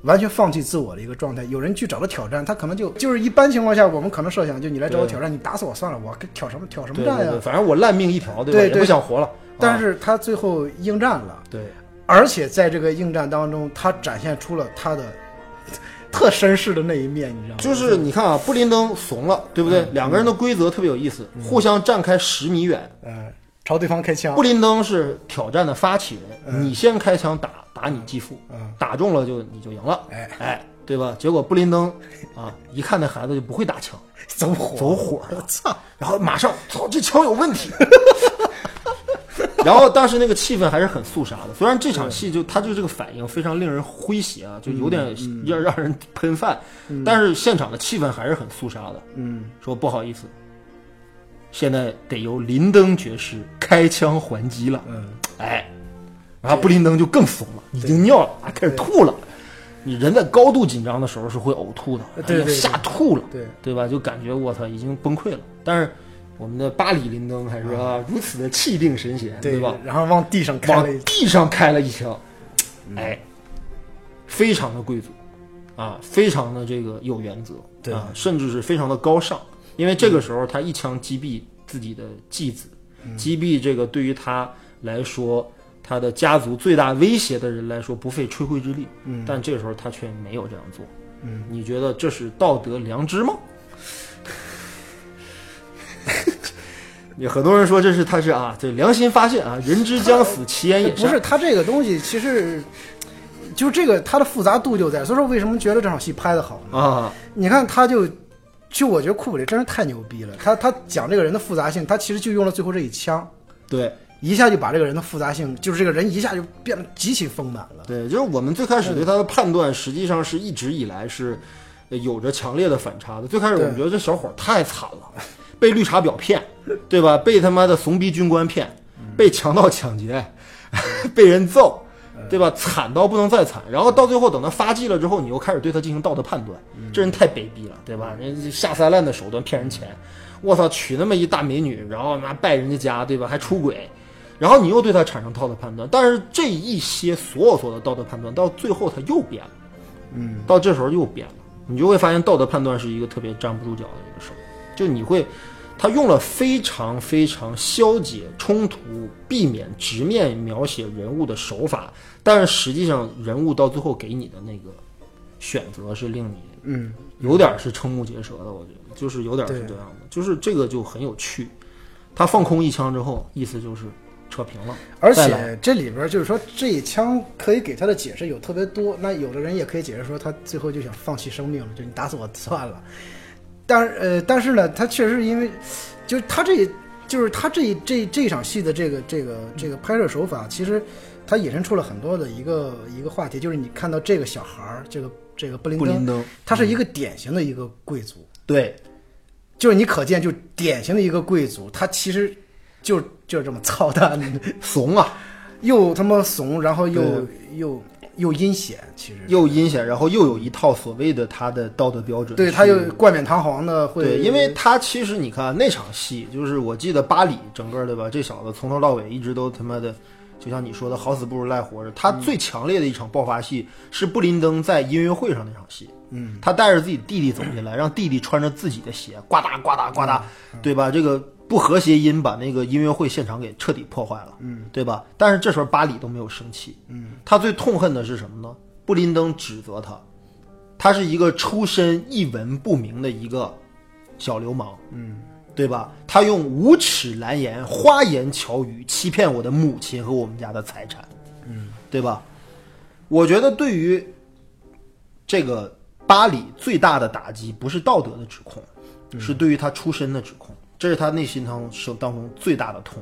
S2: 完全放弃自我的一个状态。有人去找他挑战，他可能就就是一般情况下，我们可能设想，就你来找我
S1: 对
S2: 挑战，你打死我算了，我跟挑什么挑什么
S1: 对
S2: 战呀、
S1: 对对，反正我烂命一条，啊对吧？
S2: 对
S1: 也
S2: 对
S1: 不想活了。
S2: 但
S1: 啊
S2: 是他最后应战了。
S1: 对，
S2: 而且在这个应战当中，他展现出了他的 特绅士的那一面，你知道吗？
S1: 就是你看啊，布林登怂了，对不对？两个人的规则特别有意思，互相站开十米远。
S2: 呃，朝对方开枪
S1: 布，林登是挑战的发起人，你先开枪打打你继父
S2: 嗯，
S1: 打中了就你就赢了，
S2: 哎
S1: 哎，对吧？结果布林 登啊，一看那孩子就不会打枪，
S2: 走火，
S1: 走火了，
S2: 操！
S1: 然后马上，操，这枪有问题。 然后当时那个气氛还是很肃杀的，虽然这场戏就他就这个反应非常令人诙谐啊，就有点要让人喷饭，但是现场的气氛还是很肃杀的。
S2: 嗯，
S1: 说不好意思，现在得由林登爵士开枪还击了。
S2: 嗯，
S1: 哎，然后布林登就更怂了，已经尿了，啊开始吐了。你人在高度紧张的时候是会呕吐的，
S2: 对对
S1: 哎呀
S2: 对
S1: 吓吐了。
S2: 对，
S1: 对吧？就感觉我操已经崩溃了。但是我们的巴里林登还是啊如此的气定神闲，
S2: 对
S1: 吧？
S2: 然后往地上开
S1: 往
S2: 了一嗯枪，
S1: 地上开了一枪，哎，非常的贵族啊，非常的这个有原则，
S2: 对嗯
S1: 啊，甚至是非常的高尚。因为这个时候他一枪击毙自己的继子，击毙这个对于他来说。他的家族最大威胁的人来说不费吹灰之力，
S2: 嗯
S1: 但这时候他却没有这样做，
S2: 嗯，
S1: 你觉得这是道德良知吗？ 也很多人说这是他是啊，这良心发现啊，人之将死，其言也善。
S2: 不是他这个东西，其实就是这个它的复杂度就在，所以说为什么觉得这场戏拍的好呢？
S1: 啊，
S2: 你看他就。就我觉得库布里真是太牛逼了，他他讲这个人的复杂性，他其实就用了最后这一枪，
S1: 对
S2: 一下就把这个人的复杂性，就是这个人一下就变得极其丰满了。嗯
S1: 对，就是我们最开始对他的判断，实际上是一直以来是呃有着强烈的反差的。最开始我们
S2: 对
S1: 觉得这小伙儿太惨了，被绿茶婊骗，对吧？被他妈的怂逼军官骗，
S2: 嗯
S1: 被强盗抢劫， 被人揍。
S2: 嗯
S1: 对吧？惨到不能再惨，然后到最后等他发迹了之后，
S2: 嗯
S1: 你又开始对他进行道德判断，这人太卑鄙了，对吧？人家下三滥的手段骗人钱，我操，娶那么一大美女，然后妈败人家家，对吧？还出轨，然后你又对他产生道德判断，但是这一些所有所有的道德判断，到最后他又变了，
S2: 嗯，
S1: 到这时候又变了，你就会发现道德判断是一个特别站不住脚的一个事儿，就你会。他用了非常非常消解冲突、避免直面描写人物的手法，但是实际上人物到最后给你的那个选择是令你
S2: 嗯，
S1: 有点是瞠目结舌的，我觉得就是有点是
S2: 对
S1: 这样的，就是这个就很有趣。他放空一枪之后，意思就是扯平了，
S2: 而
S1: 再来
S2: 且这里边就是说这一枪可以给他的解释有特别多，那有的人也可以解释说他最后就想放弃生命了，就你打死我算了。但是呃，但是呢，他确实因为，就是他这，就是他这这这场戏的这个这个这个拍摄手法，其实它引申出了很多的一个一个话题，就是你看到这个小孩儿，这个这个布林
S1: 布林
S2: 登，
S1: 登
S2: 他是一个典型的一个贵族，
S1: 对
S2: 就是你可见就典型的一个贵族，他其实就就是这么操蛋的。
S1: 怂啊，
S2: 又他妈怂，然后又又又阴险，其实
S1: 又阴险，然后又有一套所谓的他的道德标准，
S2: 对他又冠冕堂皇的会，
S1: 对，因为他其实你看那场戏，就是我记得巴里整个对吧，这小子从头到尾一直都他妈的，就像你说的，好死不如赖活着。他最强烈的一场爆发戏是布林登在音乐会上那场戏，
S2: 嗯，
S1: 他带着自己弟弟走进来，让弟弟穿着自己的鞋，呱嗒呱嗒呱嗒，对吧？这个不和谐音把那个音乐会现场给彻底破坏了，嗯，对吧？但是这时候巴里都没有生气，嗯，他最痛恨的是什么呢？布林登指责他，他是一个出身一文不名的一个小流氓，嗯，对吧？他用无耻蓝言、花言巧语欺骗我的母亲和我们家的财产，嗯，对吧？我觉得对于这个巴里最大的打击不是道德的指控，是对于他出身的指控，这是他内心当中当中最大的痛。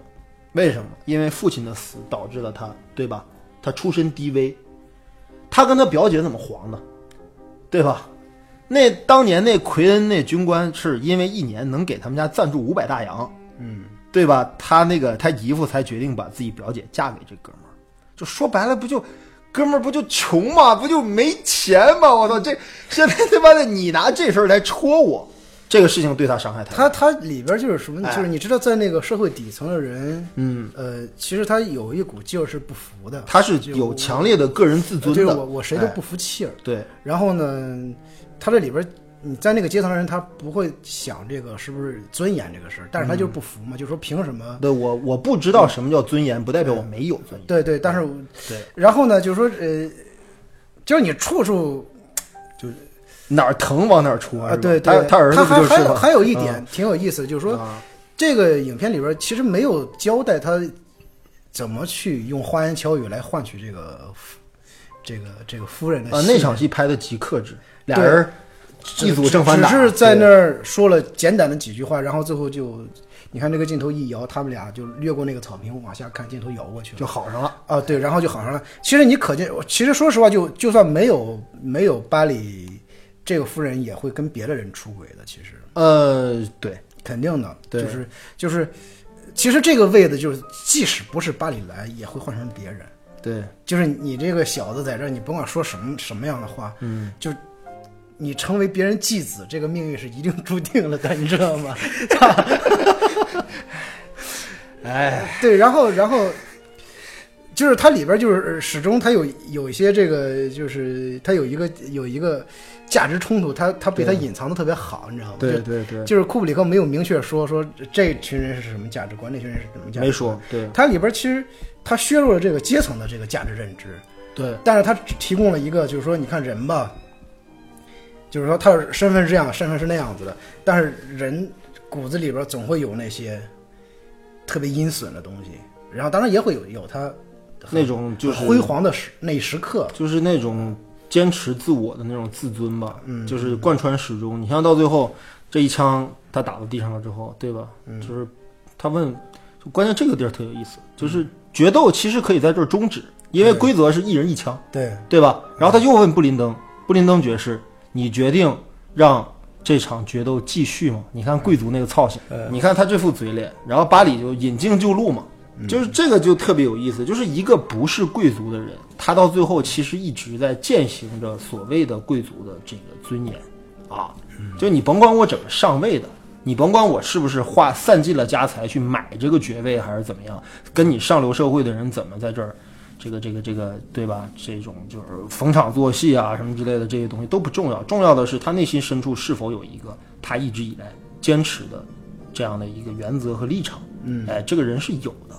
S1: 为什么？因为父亲的死导致了他，对吧？他出身低微，他跟他表姐怎么黄的，对吧？那当年那奎恩那军官是因为一年能给他们家赞助五百大洋，
S2: 嗯，
S1: 对吧？他那个他姨父才决定把自己表姐嫁给这哥们儿，就说白了不就，哥们儿不就穷嘛，不就没钱嘛？我操，这现在他妈的你拿这事儿来戳我，这个事情对他伤害太大。
S2: 他他里边就是什么，
S1: 哎
S2: 就是你知道，在那个社会底层的人，
S1: 嗯，
S2: 呃，其实他有一股劲儿是不服的，
S1: 他是有强烈的个人自尊
S2: 就是
S1: 的，
S2: 我我谁都
S1: 哎
S2: 不服气儿。
S1: 对
S2: 然后呢，他这里边。你在那个阶层的人，他不会想这个是不是尊严这个事儿，但是他就是不服嘛，
S1: 嗯
S2: 就说凭什么？
S1: 对，我我不知道什么叫尊严，不代表我没有尊严。
S2: 嗯对对，但是
S1: 对，
S2: 然后呢，就是说呃，就是你处处
S1: 哪儿疼往哪儿戳
S2: 啊，对
S1: 他
S2: 对，
S1: 他儿子
S2: 他
S1: 不就是
S2: 还还有
S1: 吗？
S2: 还有一
S1: 嗯
S2: 点挺有意思，就是说
S1: 啊
S2: 这个影片里边其实没有交代他怎么去用花言巧语来换取这个夫这个这个夫人的呃
S1: 啊，
S2: 信
S1: 那
S2: 任
S1: 场戏拍的极克制，俩
S2: 对
S1: 人
S2: 只
S1: 一组正反打，
S2: 只是在
S1: 对
S2: 那儿说了简短的几句话，然后最后就你看这个镜头一摇，他们俩就越过那个草坪往下看，镜头摇过去了。
S1: 就好上了。
S2: 啊，对，然后就好上了。其实你可见，其实说实话，就就算没有没有巴里这个夫人，也会跟别的人出轨的。其实，
S1: 呃，对，
S2: 肯定的，
S1: 对
S2: 就是就是，其实这个位子就是，即使不是巴里来，也会换成别人。
S1: 对，
S2: 就是你这个小子在这儿，你甭管说什么什么样的话，嗯，就你成为别人继子，这个命运是一定注定了的，你知道吗？
S1: 哎，
S2: 对，然后然后就是它里边就是始终它有有一些这个，就是它有一个有一个价值冲突，它它被它
S1: 对
S2: 隐藏的特别好，你知道吗？
S1: 对
S2: 就
S1: 对对，
S2: 就是库布里克没有明确说说这群人是什么价值观，那群人是什么价值观，
S1: 没说，对
S2: 它里边其实它削弱了这个阶层的这个价值认知，
S1: 对
S2: 但是它只提供了一个，就是说你看人吧，就是说他身份是这样，身份是那样子的，但是人骨子里边总会有那些特别阴损的东西，然后当然也会有有他
S1: 那种就是
S2: 辉，煌的时那一时刻，
S1: 就是那种坚持自我的那种自尊吧，
S2: 嗯
S1: 就是贯穿始终。你像到最后这一枪他打到地上了之后，对吧？就是他问，就关键这个地儿特有意思，就是决斗其实可以在这儿终止，因为规则是一人一枪。
S2: 对，
S1: 对吧？然后他又问布林登，布林登爵士，你决定让这场决斗继续吗？你看贵族那个操性，
S2: 呃
S1: 你看他这副嘴脸，然后巴里就引颈就戮嘛，就是这个就特别有意思，就是一个不是贵族的人，他到最后其实一直在践行着所谓的贵族的这个尊严啊，就你甭管我怎么上位的，你甭管我是不是花散尽了家财去买这个爵位，还是怎么样，跟你上流社会的人怎么在这儿，这个这个这个，对吧？这种就是逢场作戏啊什么之类的这些东西都不重要，重要的是他内心深处是否有一个他一直以来坚持的这样的一个原则和立场。嗯，哎，这个人是有的，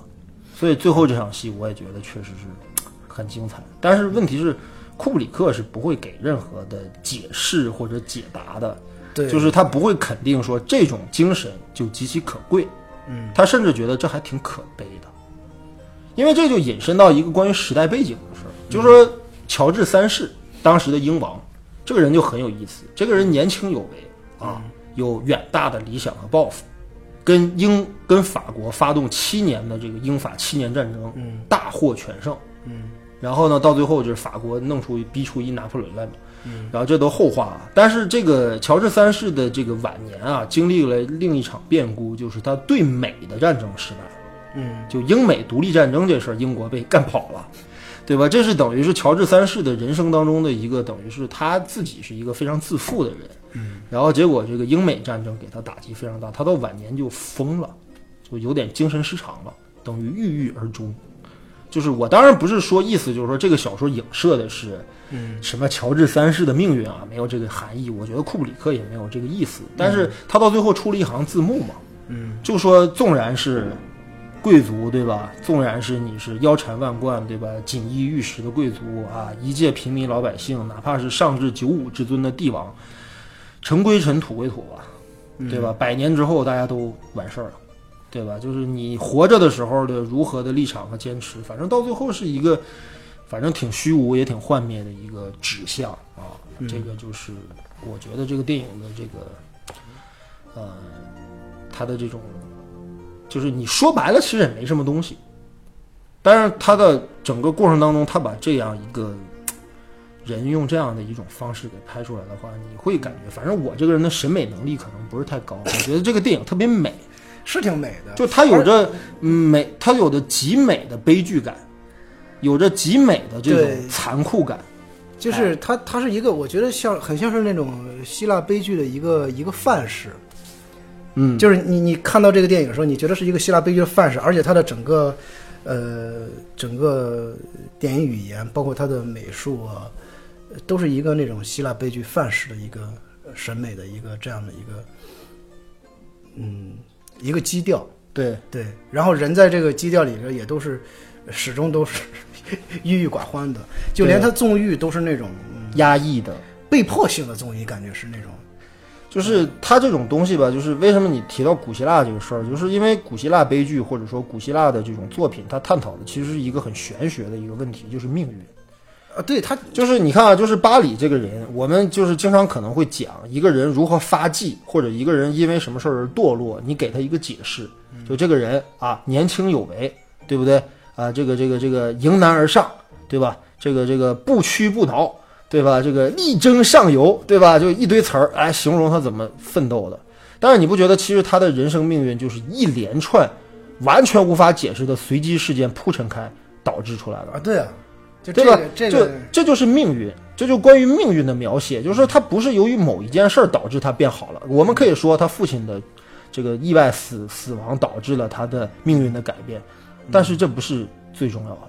S1: 所以最后这场戏我也觉得确实是很精彩。但是问题是，库布里克是不会给任何的解释或者解答的。
S2: 对，
S1: 就是他不会肯定说这种精神就极其可贵，嗯，他甚至觉得这还挺可悲的，因为这就引申到一个关于时代背景的事儿，就是说乔治三世当时的英王，这个人就很有意思，这个人年轻有为啊，有远大的理想和抱负，跟英跟法国发动七年的这个英法七年战争，嗯，大获全胜，
S2: 嗯，
S1: 然后呢，到最后就是法国弄出逼出一拿破仑来嘛，然后这都后话啊。但是这个乔治三世的这个晚年啊，经历了另一场变故，就是他对美的战争时代，
S2: 嗯，
S1: 就英美独立战争这事儿，英国被干跑了，对吧？这是等于是乔治三世的人生当中的一个，等于是他自己是一个非常自负的人，嗯，然后结果这个英美战争给他打击非常大，他到晚年就疯了，就有点精神失常了，等于郁郁而终。就是我当然不是说意思，就是说这个小说影射的是，
S2: 嗯
S1: 什么乔治三世的命运啊，没有这个含义。我觉得库布里克也没有这个意思，但是他到最后出了一行字幕嘛，
S2: 嗯，
S1: 就说纵然是贵族对吧，纵然是你是腰缠万贯对吧，锦衣玉食的贵族啊，一介平民老百姓，哪怕是上至九五至尊的帝王，尘归尘，土归土吧，
S2: 嗯
S1: 对吧？百年之后大家都完事儿了。对吧？就是你活着的时候的如何的立场和坚持，反正到最后是一个，反正挺虚无也挺幻灭的一个指向啊。这个就是我觉得这个电影的这个，呃，它的这种，就是你说白了其实也没什么东西，但是它的整个过程当中，他把这样一个。人用这样的一种方式给拍出来的话，你会感觉，反正我这个人的审美能力可能不是太高，我觉得这个电影特别美，
S2: 是挺美的，
S1: 就它有着美，它有着极美的悲剧感，有着极美的这
S2: 对
S1: 种残酷感。
S2: 就是它它是一个，我觉得像很像是那种希腊悲剧的一个一个范式，
S1: 嗯，
S2: 就是你你看到这个电影的时候，你觉得是一个希腊悲剧的范式，而且它的整个，呃，整个电影语言，包括它的美术啊，呃都是一个那种希腊悲剧范式的一个呃审美的一个这样的一个，嗯，一个基调。
S1: 对
S2: 对，然后人在这个基调里边也都是始终都是 郁郁寡欢的，就连他纵欲都是那种嗯
S1: 压抑的，
S2: 被迫性的纵欲，感觉是那种
S1: 就是它这种东西吧，就是为什么你提到古希腊这个事儿，就是因为古希腊悲剧或者说古希腊的这种作品，它探讨的其实是一个很玄学的一个问题，就是命运。
S2: 啊，对他
S1: 就是你看啊，就是巴里这个人，我们就是经常可能会讲一个人如何发迹，或者一个人因为什么事儿而堕落，你给他一个解释，就这个人啊，年轻有为，对不对？啊，这个这个这个迎难而上，对吧？这个这个不屈不挠，对吧？这个力争上游，对吧？就一堆词儿来形容他怎么奋斗的。但是你不觉得其实他的人生命运就是一连串完全无法解释的随机事件铺陈开导致出来的？
S2: 啊，对啊，就这
S1: 对
S2: 个
S1: 吧？
S2: 这
S1: 就
S2: 个
S1: 这就是命运，这就关于命运的描写，就是说他不是由于某一件事儿导致他变好了，我们可以说他父亲的这个意外死死亡导致了他的命运的改变，但是这不是最重要的，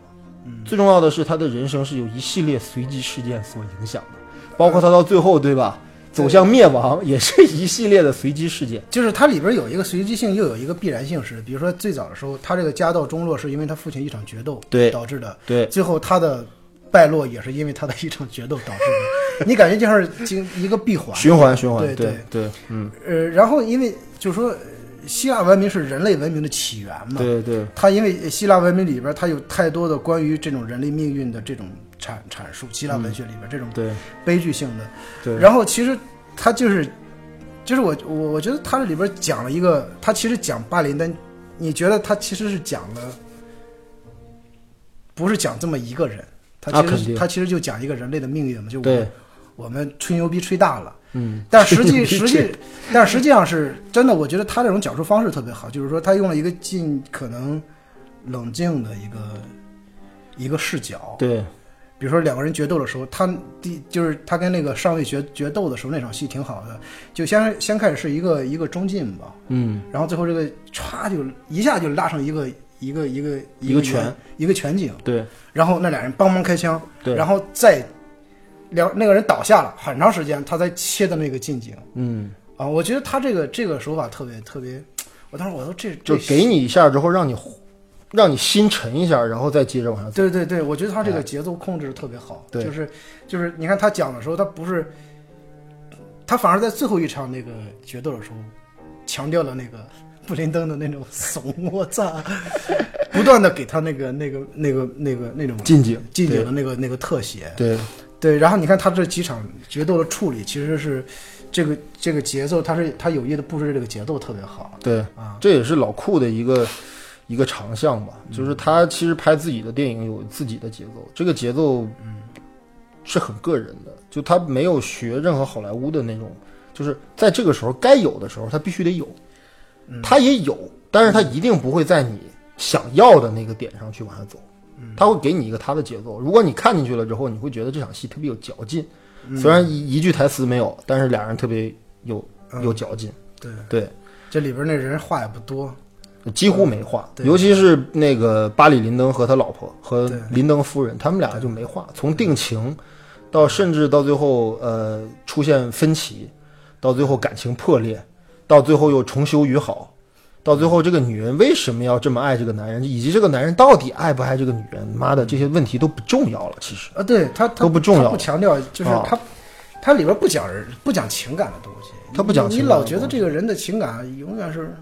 S1: 最重要的是他的人生是由一系列随机事件所影响的，包括他到最后对吧，走向灭亡也是一系列的随机事件。
S2: 就是它里边有一个随机性，又有一个必然性是，比如说最早的时候，他这个家道中落是因为他父亲一场决斗
S1: 对
S2: 导致的，
S1: 对
S2: 最后他的败落也是因为他的一场决斗导致的，你感觉就像是经一个闭环，
S1: 循环循环，
S2: 对
S1: 对对，嗯，
S2: 呃，然后因为就是说，呃希腊文明是人类文明的起源嘛，
S1: 对对
S2: 它因为希腊文明里边它有太多的关于这种人类命运的这种阐阐述，希腊文学里边这种
S1: 嗯对
S2: 悲剧性的，
S1: 对，
S2: 然后其实他就是，就是我我我觉得他这里边讲了一个，他其实讲霸凌，但你觉得他其实是讲了，不是讲这么一个人，他
S1: 啊
S2: 其
S1: 肯
S2: 实、
S1: 定
S2: 他其实就讲一个人类的命运嘛，就我
S1: 对，
S2: 我们吹牛逼吹大了。
S1: 嗯，
S2: 但实际
S1: 是
S2: 实际，但实际上是真的。我觉得他这种讲述方式特别好，就是说他用了一个尽可能冷静的一个一个视角，
S1: 对
S2: 比如说两个人决斗的时候，他第就是他跟那个上尉决决斗的时候那场戏挺好的，就先先开始是一个一个中进吧，
S1: 嗯，
S2: 然后最后这个歘就一下就拉上一个一个一个
S1: 一个拳
S2: 圆一个全景，
S1: 对
S2: 然后那俩人帮忙开枪，
S1: 对，
S2: 然后再两那个人倒下了很长时间，他才切的那个近景
S1: 嗯，
S2: 啊，我觉得他这个这个手法特别特别，我当时我都这
S1: 就
S2: 这
S1: 给你一下之后，让你让你心沉一下，然后再接着往下走。
S2: 对对对，我觉得他这个节奏控制得特别好，
S1: 哎对
S2: 就是就是你看他讲的时候，他不是，他反而在最后一场那个决斗的时候，强调了那个布林登的那种怂，我操， 不断的给他那个那个那个那个那种
S1: 近景，
S2: 近景的那个那个特写，
S1: 对，对，
S2: 对，然后你看他这几场决斗的处理，其实是这个这个节奏，他是他有意的布置这个节奏特别好
S1: 对，
S2: 啊，
S1: 这也是老库的一个一个长项吧，就是他其实拍自己的电影有自己的节奏，这个节奏是很个人的，就他没有学任何好莱坞的那种，就是在这个时候该有的时候他必须得有，他也有，但是他一定不会在你想要的那个点上去往下走。他会给你一个他的节奏，如果你看进去了之后，你会觉得这场戏特别有嚼劲，虽然一一句台词没有，但是俩人特别有有嚼劲。
S2: 嗯对，
S1: 对，
S2: 这里边那人话也不多，
S1: 几乎没话，
S2: 对
S1: 尤其是那个巴里林登和他老婆和
S2: 对
S1: 林登夫人，他们俩就没话。从定情到甚至到最后呃出现分歧，到最后感情破裂，到最后又重修于好，到最后这个女人为什么要这么爱这个男人，以及这个男人到底爱不爱这个女人，妈
S2: 嗯
S1: 的这些问题都不重要了。其实
S2: 啊，对他他
S1: 都不重要
S2: 他不强调，就是
S1: 啊
S2: 他、他里边不讲人不讲情感的东西，
S1: 他不讲
S2: 你
S1: 情
S2: 你
S1: 感的
S2: 老觉得
S1: 东
S2: 这个人的情感永远是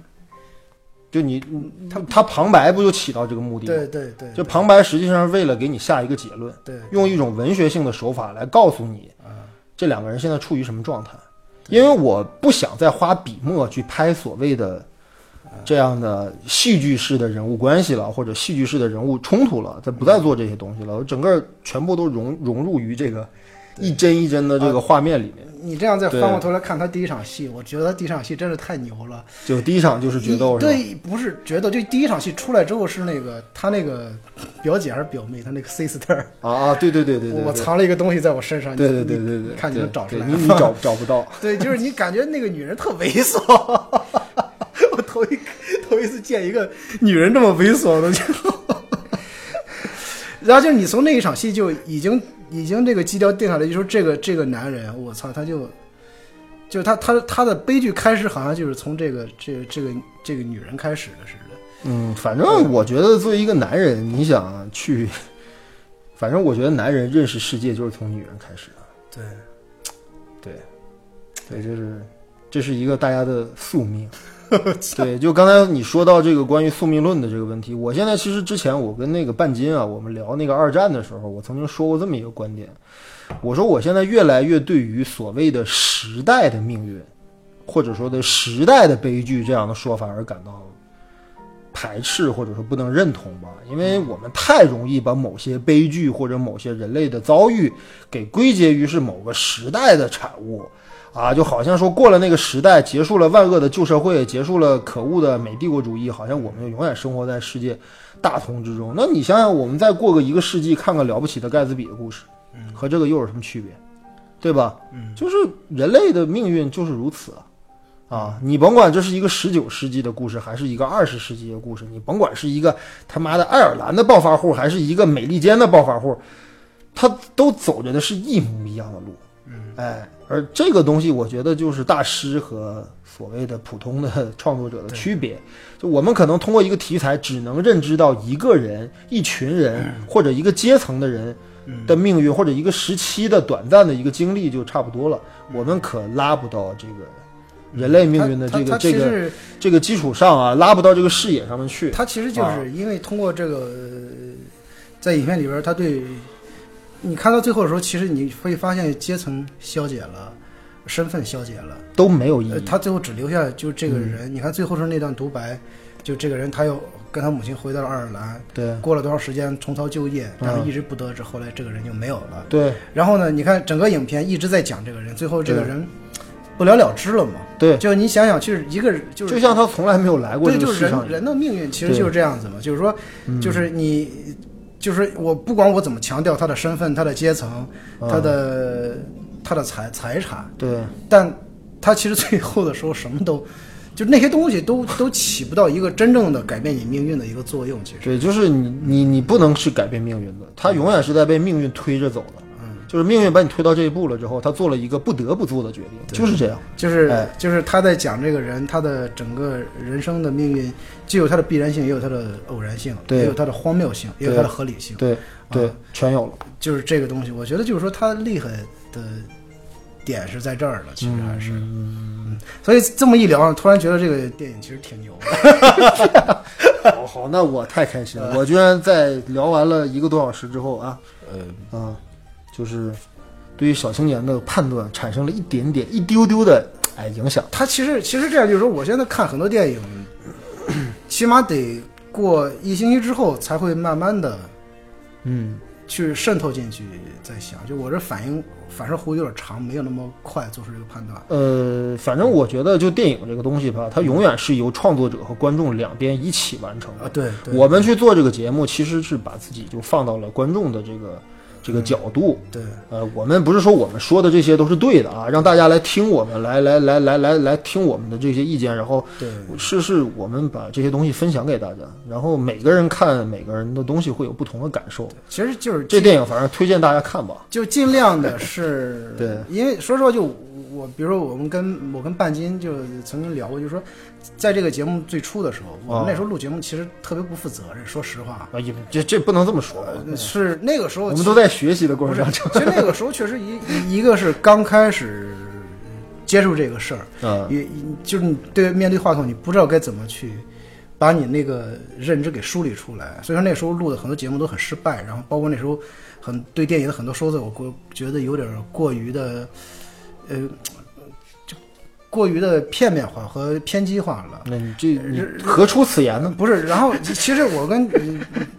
S1: 就你他他旁白不就起到这个目的吗？
S2: 嗯对对对，
S1: 就
S2: 对
S1: 旁白实际上是为了给你下一个结论。
S2: 对
S1: 用一种文学性的手法来告诉你，
S2: 嗯
S1: 这两个人现在处于什么状态。因为我不想再花笔墨去拍所谓的呃这样的戏剧式的人物关系了，或者戏剧式的人物冲突了，咱不再做这些东西了。我整个全部都融融入于这个一帧一帧的这个画面里面。
S2: 你这样再翻
S1: 对
S2: 过头来看他第一场戏，我觉得他第一场戏真是太牛了，
S1: 就第一场就是决斗，是吧？
S2: 对，不是决斗，就第一场戏出来之后是那个他那个表姐还是表妹，他那个 sister，
S1: 啊啊，对对对对对，
S2: 我藏了一个东西在我身上，
S1: 对，对
S2: 你
S1: 对对
S2: 你
S1: 对对，
S2: 看你能找出
S1: 对
S2: 来
S1: 你你
S2: 吗
S1: 找找不到。
S2: 对，就是你感觉那个女人特猥琐。 我头一头一次见一个女人这么猥琐的，就然后就是你从那一场戏就已经已经这个基调定下来，就说这个这个男人，我操，他就就是他他他的悲剧开始，好像就是从这个这个这个这个女人开始的似的。
S1: 嗯，反正我觉得作为一个男人，你想去，反正我觉得男人认识世界就是从女人开始的。
S2: 对，
S1: 对，对，这是这是一个大家的宿命。对，就刚才你说到这个关于宿命论的这个问题，我现在其实之前我跟那个半斤啊，我们聊那个二战的时候，我曾经说过这么一个观点，我说我现在越来越对于所谓的时代的命运，或者说的时代的悲剧这样的说法而感到排斥，或者说不能认同吧，因为我们太容易把某些悲剧或者某些人类的遭遇给归结于是某个时代的产物，啊，就好像说过了那个时代，结束了万恶的旧社会，结束了可恶的美帝国主义，好像我们就永远生活在世界大同之中。那你想想，我们再过个一个世纪，看看了不起的盖茨比的故事，和这个又有什么区别？对吧？就是人类的命运就是如此啊。啊，你甭管这是一个十九世纪的故事，还是一个二十世纪的故事，你甭管是一个他妈的爱尔兰的暴发户，还是一个美利坚的暴发户，他都走着的是一模一样的路。嗯，哎，而这个东西，我觉得就是大师和所谓的普通的创作者的区别。就我们可能通过一个题材，只能认知到一个人、一群人、
S2: 嗯
S1: 或者一个阶层的人的命运，或者一个时期的短暂的一个经历就差不多了。
S2: 嗯
S1: 我们可拉不到这个人类命运的
S2: 他
S1: 这
S2: 嗯他
S1: 个
S2: 其
S1: 这个
S2: 实
S1: 这个基础上啊，拉不到这个视野上面去。
S2: 他其实就
S1: 啊
S2: 是因为通过这个，呃在影片里边儿，他对你看到最后的时候，其实你会发现阶层消解了，身份消解了，
S1: 都没有意
S2: 呃
S1: 义。
S2: 他最后只留下就这个
S1: 嗯
S2: 人。你看最后是那段独白，就这个人他要跟他母亲回到了爱尔兰，
S1: 对
S2: 过了多长时间重操旧业，但是
S1: 嗯
S2: 一直不得志，后来这个人就没有了。
S1: 对
S2: 然后呢，你看整个影片一直在讲这个人，最后这个
S1: 对
S2: 人不了了之了嘛。
S1: 对，
S2: 就你想想，就是一个人就是
S1: 就像他从来没有来过
S2: 对，
S1: 这
S2: 就
S1: 个
S2: 是
S1: 世上
S2: 人
S1: 一样。
S2: 人的命运其实
S1: 对嗯
S2: 就是这样子嘛，就是说，就是你就是我不管我怎么强调他的身份、他的阶层、
S1: 嗯
S2: 他的、他的财财产，
S1: 对，
S2: 但他其实最后的时候什么都，就那些东西都都起不到一个真正的改变你命运的一个作用。其实，
S1: 对，就是你你你不能去改变命运的，他永远是在被命运推着走的。
S2: 嗯，
S1: 就是命运把你推到这一步了之后，他做了一个不得不做的决定，就是这样。
S2: 就是、
S1: 哎
S2: 就是他在讲这个人他的整个人生的命运，既有他的必然性，也有他的偶然性，
S1: 对
S2: 也有他的荒谬性，也有
S1: 对
S2: 他的合理性。
S1: 对对
S2: 啊，
S1: 全 有了。
S2: 就是这个东西，我觉得就是说他厉害的点是在这儿了，其实还是。嗯所以这么一聊，突然觉得这个电影其实挺牛的。
S1: 好好，那我太开心了，我居然在聊完了一个多小时之后啊，
S2: 呃，
S1: 啊，就是对于小青年的判断产生了一点点、一丢丢的哎影响。
S2: 他其实其实这样，就是说，我现在看很多电影， 起码得过一星期之后才会慢慢的
S1: 嗯，
S2: 去渗透进去，再想。就我这反应反射弧有点长，没有那么快做出这个判断。
S1: 呃，反正我觉得就电影这个东西吧，它永远是由创作者和观众两边一起完成的
S2: 啊，。对，对
S1: 我们去做这个节目，其实是把自己就放到了观众的这个这个角度。
S2: 对
S1: 呃，我们不是说我们说的这些都是对的啊，让大家来听我们，来来来来来来听我们的这些意见，然后
S2: 对
S1: 是是我们把这些东西分享给大家，然后每个人看每个人的东西会有不同的感受。
S2: 其实就是
S1: 这电影反正推荐大家看吧。，
S2: 就尽量的是
S1: 对
S2: 因为说实话，就我，比如说我们跟我跟半斤就曾经聊过，就是说，在这个节目最初的时候，我
S1: 啊
S2: 们那时候录节目其实特别不负责任，说实话，
S1: 啊，也这这不能这么说，啊
S2: 呃是那个时候
S1: 哦我
S2: 其
S1: 们
S2: 实
S1: 都在学习的过
S2: 不是
S1: 程，
S2: 其实那个时候确实一一一个是刚开始接触这个事儿，
S1: 中啊，
S2: 也就是你对面对话筒，你不知道该怎么去把你那个认知给梳理出来。所以说那时候录的很多节目都很失败，然后包括那时候很对电影的很多说的，我过觉得有点过于的，呃，就过于的片面化和偏激化了。
S1: 那你这
S2: 呃
S1: 你何出此言呢？
S2: 不是，然后其实我跟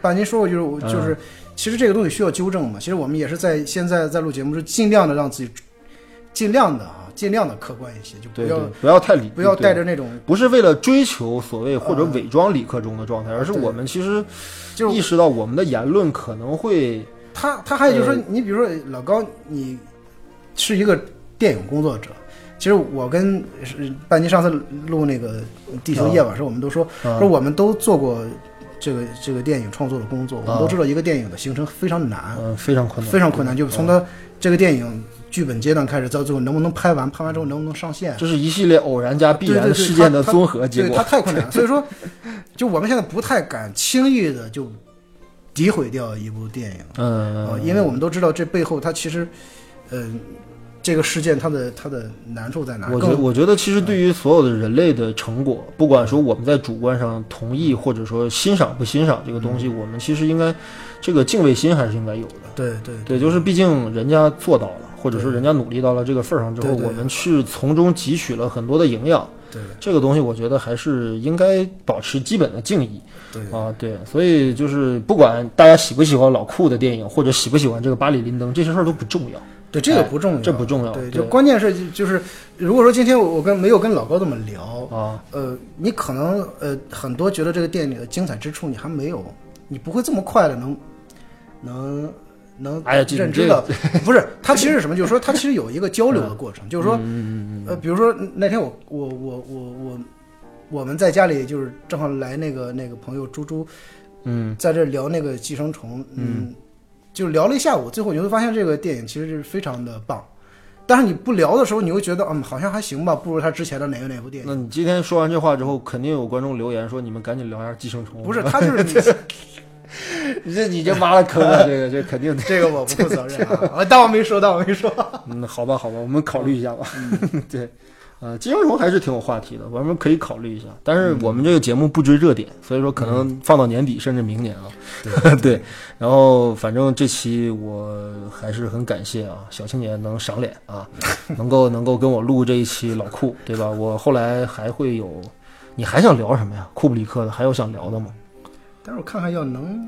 S2: 把您说过，就是
S1: 嗯
S2: 我就是，其实这个东西需要纠正嘛。其实我们也是在现在在录节目，是尽量的让自己，尽量的啊，尽量的客观一些，就不
S1: 对
S2: 要
S1: 对，不要太理，
S2: 不要
S1: 对
S2: 带着那种
S1: 不是为了追求所谓或者
S2: 嗯
S1: 伪装理科中的状态，而是
S2: 对
S1: 我们其实
S2: 就是
S1: 意识到我们的言论可能会
S2: 他他还有就是
S1: 呃
S2: 说，你比如说老高，你是一个电影工作者。其实我跟是半斤上次录那个《地球夜晚》时，候，我们都说
S1: 啊
S2: 说我们都做过这个这个电影创作的工作，我们
S1: 啊
S2: 都知道一个电影的形成非常难，
S1: 嗯非常困难，
S2: 非常困难，就是从它这个电影剧本阶段开始，到最后能不能拍完，拍完之后能不能上线，
S1: 呃这是一系列偶然加必
S2: 对
S1: 然
S2: 对对
S1: 事件
S2: 它
S1: 的
S2: 它
S1: 综合结
S2: 对
S1: 果
S2: 它。太困难 了。所以说，就我们现在不太敢轻易的就诋毁掉一部电影。啊，
S1: 嗯，
S2: 因为我们都知道这背后它其实，呃，这个事件它的它的难处在哪？
S1: 我觉
S2: 更嗯
S1: 我觉得其实对于所有的人类的成果，不管说我们在主观上同
S2: 嗯
S1: 意或者说欣赏不欣赏这个东西，我们其实应该这个敬畏心还是应该有的。
S2: 对对
S1: 对，就是毕竟人家做到了，或者说
S2: 对
S1: 人家努力到了这个份儿上之后，
S2: 对对
S1: 我们是从中汲取了很多的营养。
S2: 对
S1: 这个东西我觉得还是应该保持基本的敬意
S2: 对
S1: 啊，对，所以就是不管大家喜不喜欢老库的电影，或者喜不喜欢这个巴里林登，这些事儿都不重要，
S2: 对，这
S1: 哎
S2: 个不重要，
S1: 这不重要，
S2: 对，
S1: 对，
S2: 就关键是就就是，如果说今天我我跟没有跟老高这么聊，
S1: 啊，
S2: 呃，你可能呃很多觉得这个电影的精彩之处你还没有，你不会这么快的能能。能
S1: 哎呀这
S2: 认
S1: 你
S2: 知
S1: 这
S2: 到，不是它其实是什么？就是说它其实有一个交流的过
S1: 嗯
S2: 程，就是说，呃，比如说那天我我我我我我们在家里就是正好来那个那个朋友猪猪
S1: 嗯
S2: 在这聊那个寄生虫，嗯，就聊了一下午，最后你会发现这个电影其实是非常的棒，但是你不聊的时候，你会觉得嗯好像还行吧，不如他之前的哪个哪部电影。
S1: 那你今天说完这话之后，肯定有观众留言说你们赶紧聊一下寄生虫。
S2: 不是，，他就是
S1: 你 这你这挖了坑了，这个这肯定的。
S2: 这个我不负责任啊，啊当我没说，当我没说。
S1: 嗯，好吧，好吧，我们考虑一下吧。 对，呃，寄生虫还是挺有话题的，我们可以考虑一下。但是我们这个节目不追热点，所以说可能放到年底甚至明年啊。嗯 对，然后反正这期我还是很感谢啊，小青年能赏脸啊，能够能够跟我录这一期老库，对吧？我后来还会有，你还想聊什么呀？库布里克的还有想聊的吗？
S2: 但是我看看要能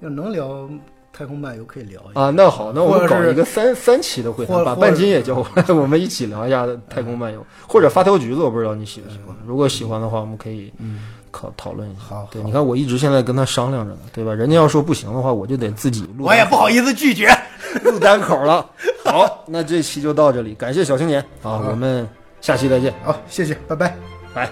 S2: 要能聊太空漫游可以聊一下。
S1: 啊，那好，那我
S2: 或
S1: 们
S2: 者
S1: 搞
S2: 是
S1: 一个三三期的会
S2: 或
S1: 谈，把
S2: 或
S1: 半
S2: 者
S1: 斤也叫过 来，我们一起聊一下《太空漫游》，或者发条橘子，我不知道你喜不喜欢。如果喜欢的话，我们可以考讨论一下。
S2: 嗯好
S1: 对，
S2: 好
S1: 你看我一直现在跟他商量着呢，对吧？人家要说不行的话，我就得自己录单，
S2: 好意思拒绝。
S1: 录单口了。 好，那这期就到这里，感谢小青年啊，我们下期再见，
S2: 好，谢谢，拜拜。
S1: 拜。